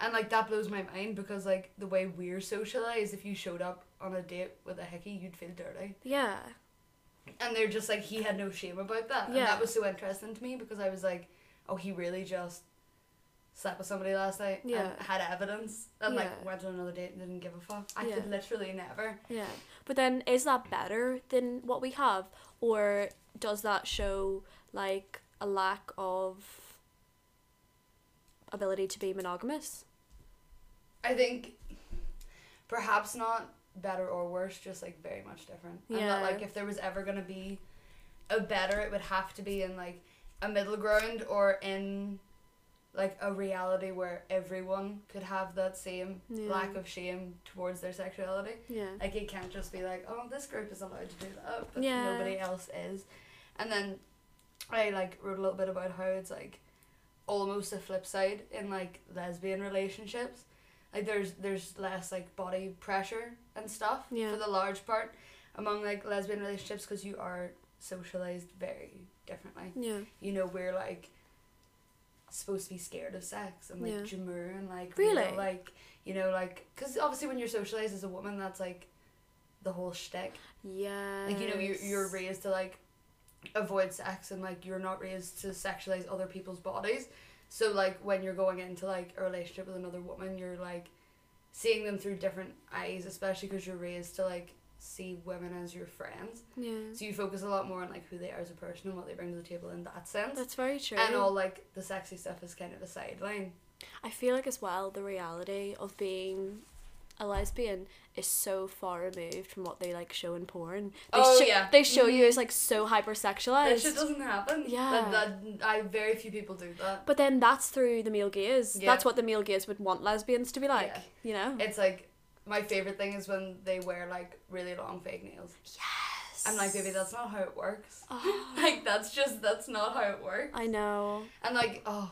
Speaker 3: and like that blows my mind because like the way we're socialized, if you showed up on a date with a hickey, you'd feel dirty,
Speaker 2: Yeah.
Speaker 3: and they're just like he had no shame about that, and
Speaker 2: Yeah.
Speaker 3: that was so interesting to me because I was like, "Oh, he really just." Slept with somebody last night
Speaker 2: Yeah.
Speaker 3: and had evidence and
Speaker 2: Yeah.
Speaker 3: like went on another date and didn't give a fuck. I
Speaker 2: Yeah.
Speaker 3: could literally never.
Speaker 2: Yeah. But then is that better than what we have? Or does that show like a lack of ability to be monogamous?
Speaker 3: I think perhaps not better or worse, just like very much different. And
Speaker 2: Yeah.
Speaker 3: that like if there was ever gonna be a better, it would have to be in like a middle ground or in like a reality where everyone could have that same
Speaker 2: Yeah.
Speaker 3: lack of shame towards their sexuality.
Speaker 2: Yeah.
Speaker 3: Like it can't just be like, oh, this group is allowed to do that, but
Speaker 2: Yeah.
Speaker 3: nobody else is. And then I like wrote a little bit about how it's like almost a flip side in like lesbian relationships. Like there's there's less like body pressure and stuff
Speaker 2: Yeah.
Speaker 3: for the large part among like lesbian relationships because you are socialized very differently.
Speaker 2: Yeah.
Speaker 3: You know we're like supposed to be scared of sex and like
Speaker 2: Yeah.
Speaker 3: demure and like
Speaker 2: Really?
Speaker 3: real, like you know like because obviously when you're socialized as a woman that's like the whole shtick.
Speaker 2: Yeah.
Speaker 3: Like you know, you're you're raised to like avoid sex and like you're not raised to sexualize other people's bodies. So like when you're going into like a relationship with another woman, you're like seeing them through different eyes, especially because you're raised to like see women as your friends.
Speaker 2: Yeah.
Speaker 3: So you focus a lot more on like who they are as a person and what they bring to the table in that sense.
Speaker 2: That's very true.
Speaker 3: and all like the sexy stuff is kind of a sideline.
Speaker 2: I feel like as well the reality of being a lesbian is so far removed from what they like show in porn. They
Speaker 3: Oh,
Speaker 2: show,
Speaker 3: yeah.
Speaker 2: They show you
Speaker 3: Mhm.
Speaker 2: as like so
Speaker 3: That
Speaker 2: hypersexualized.
Speaker 3: shit doesn't happen.
Speaker 2: Yeah.
Speaker 3: That, that I very few people do that.
Speaker 2: But then that's through the male gaze.
Speaker 3: Yeah.
Speaker 2: That's what the male gaze would want lesbians to be like.
Speaker 3: Yeah.
Speaker 2: You know?
Speaker 3: It's like my favorite thing is when they wear like really long fake nails.
Speaker 2: yes.
Speaker 3: I'm like, baby, that's not how it works.
Speaker 2: Oh,
Speaker 3: Like that's just that's not how it works.
Speaker 2: I know.
Speaker 3: And like oh,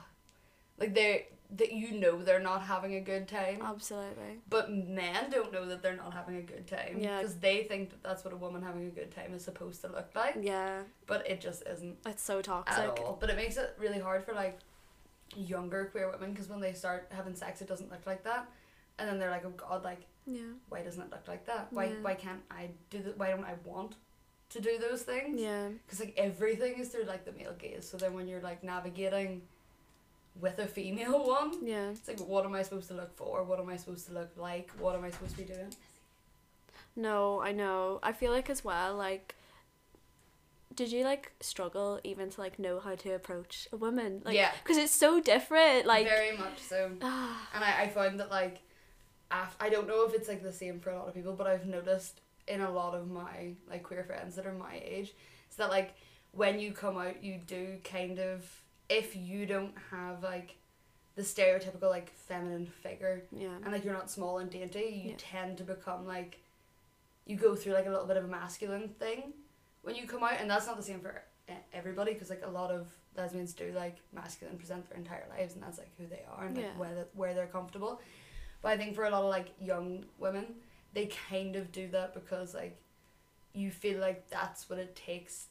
Speaker 3: like they that you know they're not having a good time.
Speaker 2: Absolutely.
Speaker 3: But men don't know that they're not having a good time.
Speaker 2: Yeah.
Speaker 3: Because they think that that's what a woman having a good time is supposed to look like.
Speaker 2: Yeah.
Speaker 3: But it just isn't
Speaker 2: It's so
Speaker 3: at
Speaker 2: toxic.
Speaker 3: all. But it makes it really hard for like younger queer women because when they start having sex, it doesn't look like that. And then they're like, oh god, like
Speaker 2: Yeah.
Speaker 3: why doesn't it look like that? Why
Speaker 2: Yeah.
Speaker 3: why can't I do that? Why don't I want to do those things?
Speaker 2: Yeah.
Speaker 3: Because like everything is through like the male gaze. So then when you're like navigating with a female one,
Speaker 2: Yeah.
Speaker 3: it's like what am I supposed to look for? What am I supposed to look like? What am I supposed to be doing?
Speaker 2: No, I know. I feel like as well, like did you like struggle even to like know how to approach a woman? Like
Speaker 3: Yeah.
Speaker 2: because it's so different. Like
Speaker 3: Very much so.
Speaker 2: ah,
Speaker 3: And I, I find that like af- I don't know if it's like the same for a lot of people, but I've noticed in a lot of my like queer friends that are my age, is that like when you come out you do kind of if you don't have like the stereotypical like feminine figure
Speaker 2: yeah.
Speaker 3: and like you're not small and dainty, you
Speaker 2: Yeah.
Speaker 3: tend to become like you go through like a little bit of a masculine thing when you come out, and that's not the same for e- everybody because like a lot of lesbians do like masculine present their entire lives, and that's like who they are and like
Speaker 2: Yeah.
Speaker 3: where the, where they're comfortable. But I think for a lot of like young women, they kind of do that because like you feel like that's what it takes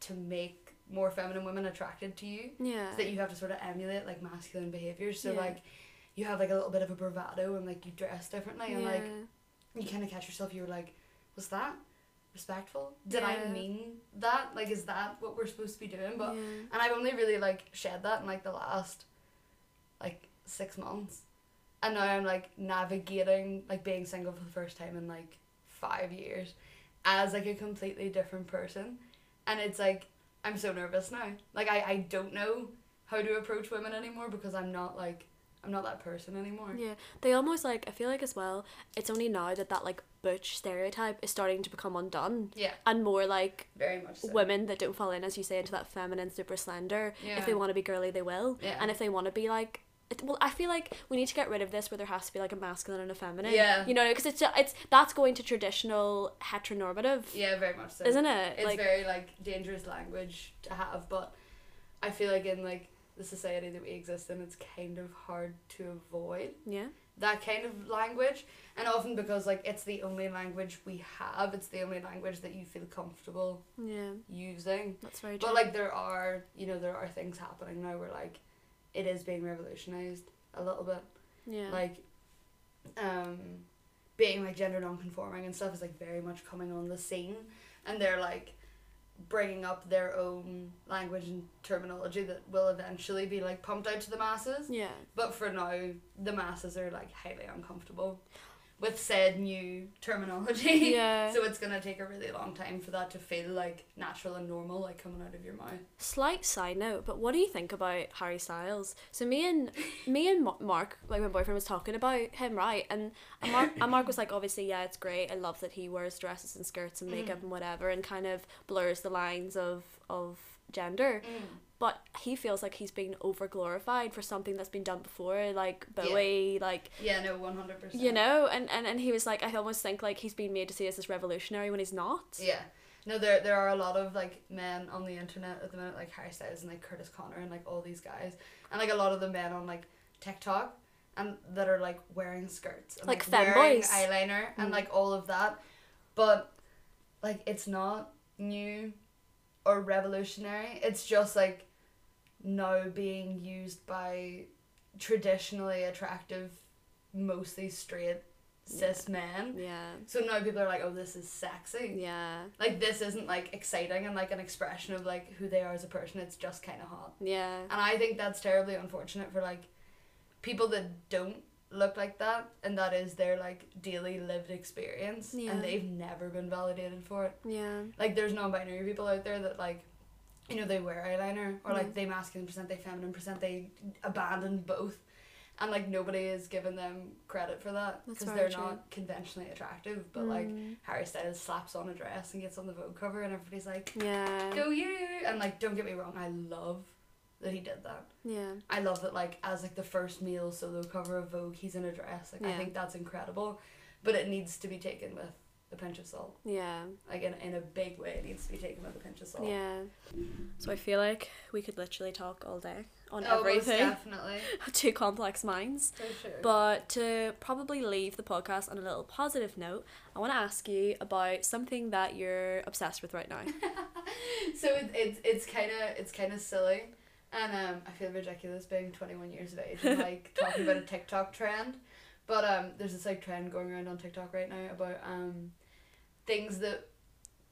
Speaker 3: to make more feminine women attracted to you
Speaker 2: Yeah.
Speaker 3: that you have to sort of emulate like masculine behaviors. So
Speaker 2: Yeah.
Speaker 3: like you have like a little bit of a bravado and like you dress differently and like
Speaker 2: Yeah.
Speaker 3: you kind of catch yourself. You're like, was that respectful? Did I
Speaker 2: Yeah.
Speaker 3: mean that? Like, is that what we're supposed to be doing? But
Speaker 2: yeah.
Speaker 3: and I've only really like shed that in like the last like six months, and now I'm like navigating like being single for the first time in like five years, as like a completely different person, and it's like I'm so nervous now. Like I I don't know how to approach women anymore because I'm not like I'm not that person anymore.
Speaker 2: Yeah, they almost like I feel like as well. It's only now that that like butch stereotype is starting to become undone,
Speaker 3: Yeah,
Speaker 2: and more like
Speaker 3: very much so.
Speaker 2: women that don't fall in, as you say, into that feminine super slender. If they
Speaker 3: Yeah.
Speaker 2: want to be girly, they will,
Speaker 3: Yeah.
Speaker 2: and if they want to be like. It, well, I feel like we need to get rid of this where there has to be like a masculine and a feminine.
Speaker 3: Yeah.
Speaker 2: You know, because it's it's that's going to traditional heteronormative,
Speaker 3: Yeah, very much so.
Speaker 2: isn't it?
Speaker 3: it's
Speaker 2: like,
Speaker 3: very like dangerous language to have but i feel like in like the society that we exist in it's kind of hard to avoid
Speaker 2: yeah,
Speaker 3: that kind of language and often because like it's the only language we have it's the only language that you feel comfortable
Speaker 2: yeah,
Speaker 3: using
Speaker 2: that's very true.
Speaker 3: but like there are you know there are things happening now where like it is being revolutionized a little bit
Speaker 2: yeah,
Speaker 3: like um being like gender non-conforming and stuff is like very much coming on the scene and they're like bringing up their own language and terminology that will eventually be like pumped out to the masses
Speaker 2: yeah,
Speaker 3: but for now the masses are like highly uncomfortable with said new terminology
Speaker 2: yeah.
Speaker 3: so it's gonna take a really long time for that to feel like natural and normal like coming out of your mouth
Speaker 2: Slight side note, but what do you think about Harry Styles? So me and me and Ma- Mark, like my boyfriend, was talking about him, right? And and Mark, and Mark was like, obviously, yeah, it's great. I love that he wears dresses and skirts and makeup
Speaker 3: Mm.
Speaker 2: and whatever, and kind of blurs the lines of of gender. But he feels like he's being over glorified for something that's been done before, like
Speaker 3: Yeah.
Speaker 2: Bowie, like
Speaker 3: yeah no 100%
Speaker 2: you know. And, and and he was like, I almost think like he's been made to see as this revolutionary when he's not.
Speaker 3: Yeah. No, there there are a lot of like men on the internet at the minute, like Harry Styles and like Curtis Connor and like all these guys, and like a lot of the men on like TikTok, and that are like wearing skirts, and,
Speaker 2: Like
Speaker 3: wearing
Speaker 2: femboys.
Speaker 3: eyeliner, and
Speaker 2: Mm.
Speaker 3: like all of that, but like it's not new or revolutionary. It's just like now being used by traditionally attractive, mostly straight cis men.
Speaker 2: Yeah.
Speaker 3: So now people are like, oh, this is sexy.
Speaker 2: Yeah.
Speaker 3: Like this isn't like exciting and like an expression of like who they are as a person. It's just kind of hot.
Speaker 2: Yeah.
Speaker 3: And I think that's terribly unfortunate for like people that don't look like that and that is their like daily lived experience
Speaker 2: Yeah.
Speaker 3: and they've never been validated for it.
Speaker 2: Yeah.
Speaker 3: Like there's non-binary people out there that like you know they wear eyeliner or like
Speaker 2: Mhm.
Speaker 3: they masculine percent, they feminine percent, they abandon both. And like nobody is giving them credit for that
Speaker 2: That's
Speaker 3: because
Speaker 2: very
Speaker 3: they're
Speaker 2: true. Mm.
Speaker 3: not conventionally attractive. But like Harry Styles slaps on a dress and gets on the Vogue cover, and everybody's like,
Speaker 2: Yeah.
Speaker 3: "Go you!" And like, don't get me wrong, I love that he did that.
Speaker 2: Yeah.
Speaker 3: I love that like as like the first male solo cover of Vogue, he's in a dress. Like I
Speaker 2: Yeah.
Speaker 3: think that's incredible, but it needs to be taken with a pinch of salt.
Speaker 2: Yeah.
Speaker 3: Like in, in a big way, it needs to be taken with a pinch of salt.
Speaker 2: Yeah. So I feel like we could literally talk all day on
Speaker 3: Oh, most
Speaker 2: everything.
Speaker 3: definitely.
Speaker 2: Two complex minds.
Speaker 3: For sure.
Speaker 2: But to probably leave the podcast on a little positive note, I want to ask you about something that you're obsessed with right now.
Speaker 3: so it, it's it's kind of it's kind of silly, and um, I feel ridiculous being twenty one years of age and like talking about a TikTok trend, but um, there's this like trend going around on TikTok right now about um, things that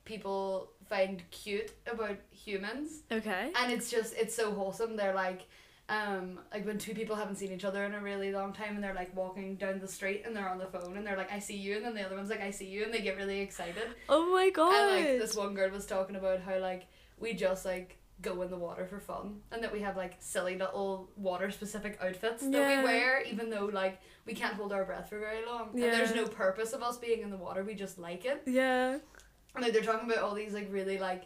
Speaker 3: people find cute about humans,
Speaker 2: okay.
Speaker 3: and it's just it's so wholesome. They're like. Um, like when two people haven't seen each other in a really long time and they're like walking down the street and they're on the phone and they're like, I see you and then the other one's like, I see you and they get really excited.
Speaker 2: Oh my god.
Speaker 3: And like this one girl was talking about how like we just like go in the water for fun and that we have like silly little water specific outfits that
Speaker 2: Yeah.
Speaker 3: we wear even though like we can't hold our breath for very long. And there's
Speaker 2: Yeah.
Speaker 3: no purpose of us being in the water, we just like it.
Speaker 2: yeah.
Speaker 3: And like they're talking about all these like really like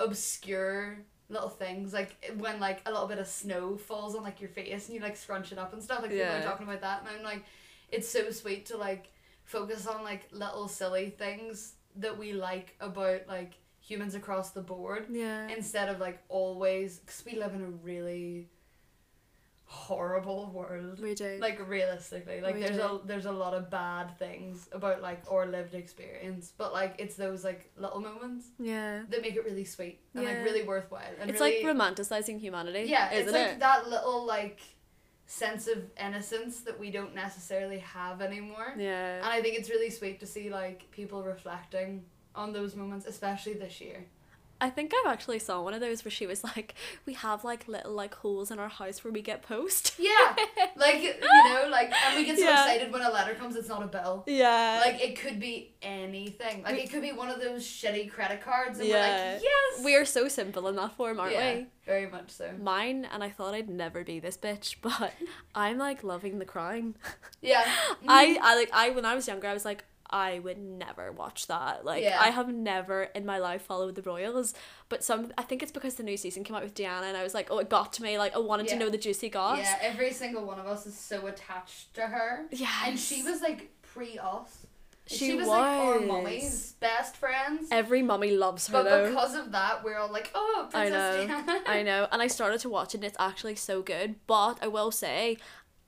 Speaker 3: obscure little things like when like a little bit of snow falls on like your face and you like scrunch it up and stuff like people
Speaker 2: Yeah.
Speaker 3: are talking about that and I'm like it's so sweet to like focus on like little silly things that we like about like humans across the board
Speaker 2: Yeah.
Speaker 3: instead of like always because we live in a really horrible world
Speaker 2: we do.
Speaker 3: like realistically like
Speaker 2: We
Speaker 3: there's
Speaker 2: do.
Speaker 3: a there's a lot of bad things about like our lived experience but like it's those like little moments
Speaker 2: yeah.
Speaker 3: that make it really sweet and
Speaker 2: Yeah.
Speaker 3: like really worthwhile and
Speaker 2: It's
Speaker 3: really
Speaker 2: like romanticizing humanity.
Speaker 3: yeah
Speaker 2: Isn't
Speaker 3: it's like
Speaker 2: it?
Speaker 3: that little like sense of innocence that we don't necessarily have anymore and
Speaker 2: yeah.
Speaker 3: i think it's really sweet to see like people reflecting on those moments especially this year
Speaker 2: I think I've actually saw one of those where she was like, "We have like little like holes in our house where we get post."
Speaker 3: yeah like you know like and we get so
Speaker 2: Yeah.
Speaker 3: excited when a letter comes it's not a bill
Speaker 2: Yeah.
Speaker 3: Like it could be anything. Like it could be one of those shitty credit cards, and we're
Speaker 2: Yeah.
Speaker 3: like, yes,
Speaker 2: we are so simple in that form, aren't
Speaker 3: yeah,
Speaker 2: we?
Speaker 3: very much so.
Speaker 2: Mine, and I thought I'd never be this bitch, but I'm like loving the crime.
Speaker 3: Mm-hmm. Yeah, Mm-hmm.
Speaker 2: I, I like I when I was younger, I was like I would never watch that. Like
Speaker 3: Yeah.
Speaker 2: I have never in my life followed the Royals, but some I think it's because the new season came out with Diana, and I was like, oh, it got to me. Like I wanted to
Speaker 3: Yeah.
Speaker 2: know the juicy goss.
Speaker 3: yeah. Every single one of us is so attached to her,
Speaker 2: Yes.
Speaker 3: and she was like pre us.
Speaker 2: She
Speaker 3: She, was, like our
Speaker 2: was.
Speaker 3: mommy's best friends,
Speaker 2: Every mummy loves her
Speaker 3: but
Speaker 2: though.
Speaker 3: because of that, we're all like, oh,
Speaker 2: I
Speaker 3: Princess
Speaker 2: know.
Speaker 3: Diana.
Speaker 2: I know. And I started to watch it and it's actually so good. But I will say,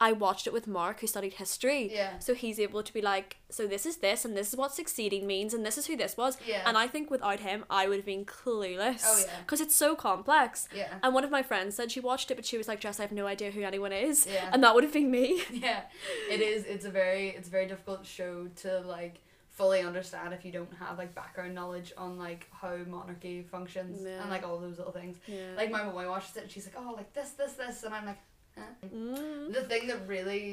Speaker 2: I watched it with Mark who studied history.
Speaker 3: Yeah.
Speaker 2: So he's able to be like, so this is this and this is what succeeding means and this is who this was.
Speaker 3: Yeah.
Speaker 2: And I think without him I would have been clueless.
Speaker 3: Oh, yeah.
Speaker 2: Because it's so complex.
Speaker 3: Yeah.
Speaker 2: And one of my friends said she watched it but she was like, Jess, I have no idea who anyone is.
Speaker 3: Yeah.
Speaker 2: And that would have been me.
Speaker 3: yeah, it is. It's a very it's a very difficult show to like fully understand if you don't have like background knowledge on like how monarchy functions
Speaker 2: Yeah.
Speaker 3: and like all those little things.
Speaker 2: Yeah.
Speaker 3: Like my mom watches it and she's like, oh, like this, this, this, and I'm like, huh?
Speaker 2: Mm.
Speaker 3: the thing that really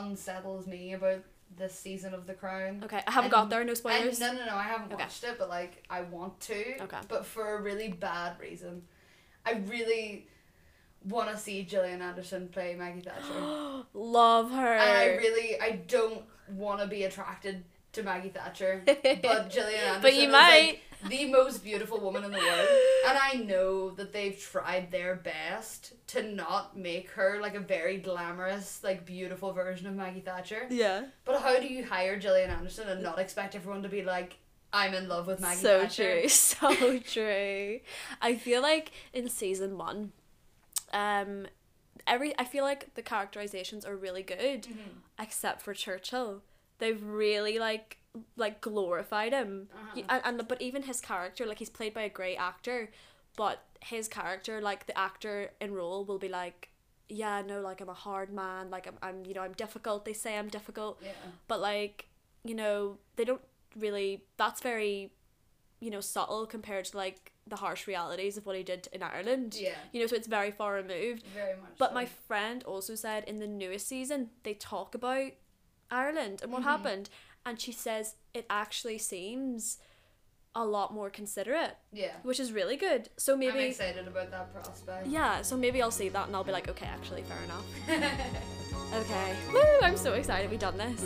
Speaker 3: unsettles me about this season of The Crown.
Speaker 2: Okay, I haven't
Speaker 3: And-
Speaker 2: got there, no
Speaker 3: And
Speaker 2: spoilers.
Speaker 3: no, no, no, I haven't
Speaker 2: Okay.
Speaker 3: watched it, but like I want to.
Speaker 2: Okay.
Speaker 3: But for a really bad reason, I really want to see Gillian Anderson play Maggie Thatcher.
Speaker 2: Love her.
Speaker 3: And I really, I don't want to be attracted to Maggie Thatcher, but Gillian Anderson
Speaker 2: But you
Speaker 3: is
Speaker 2: might.
Speaker 3: like the most beautiful woman in the world. And I know that they've tried their best to not make her like a very glamorous, like beautiful version of Maggie Thatcher.
Speaker 2: yeah.
Speaker 3: But how do you hire Gillian Anderson and not expect everyone to be like, I'm in love with Maggie
Speaker 2: so
Speaker 3: Thatcher?
Speaker 2: true so true i feel like in season one um every i feel like the characterizations are really good
Speaker 3: Mm-hmm.
Speaker 2: except for churchill they've really like like glorified him Y- and, and but even his character like he's played by a great actor but his character like the actor in role will be like yeah no like i'm a hard man like i'm, I'm you know i'm difficult they say i'm difficult
Speaker 3: Yeah.
Speaker 2: but like you know, they don't really, that's very, you know, subtle compared to like the harsh realities of what he did in Ireland.
Speaker 3: Yeah.
Speaker 2: You know, so it's very far removed.
Speaker 3: Very much.
Speaker 2: But
Speaker 3: so.
Speaker 2: my friend also said in the newest season, they talk about Ireland and what happened. And she says it actually seems a lot more considerate,
Speaker 3: yeah.
Speaker 2: which is really good. So maybe.
Speaker 3: I'm excited about that prospect.
Speaker 2: Yeah, so maybe I'll see that and I'll be like, okay, actually, fair enough. okay. Woo, I'm so excited we done this.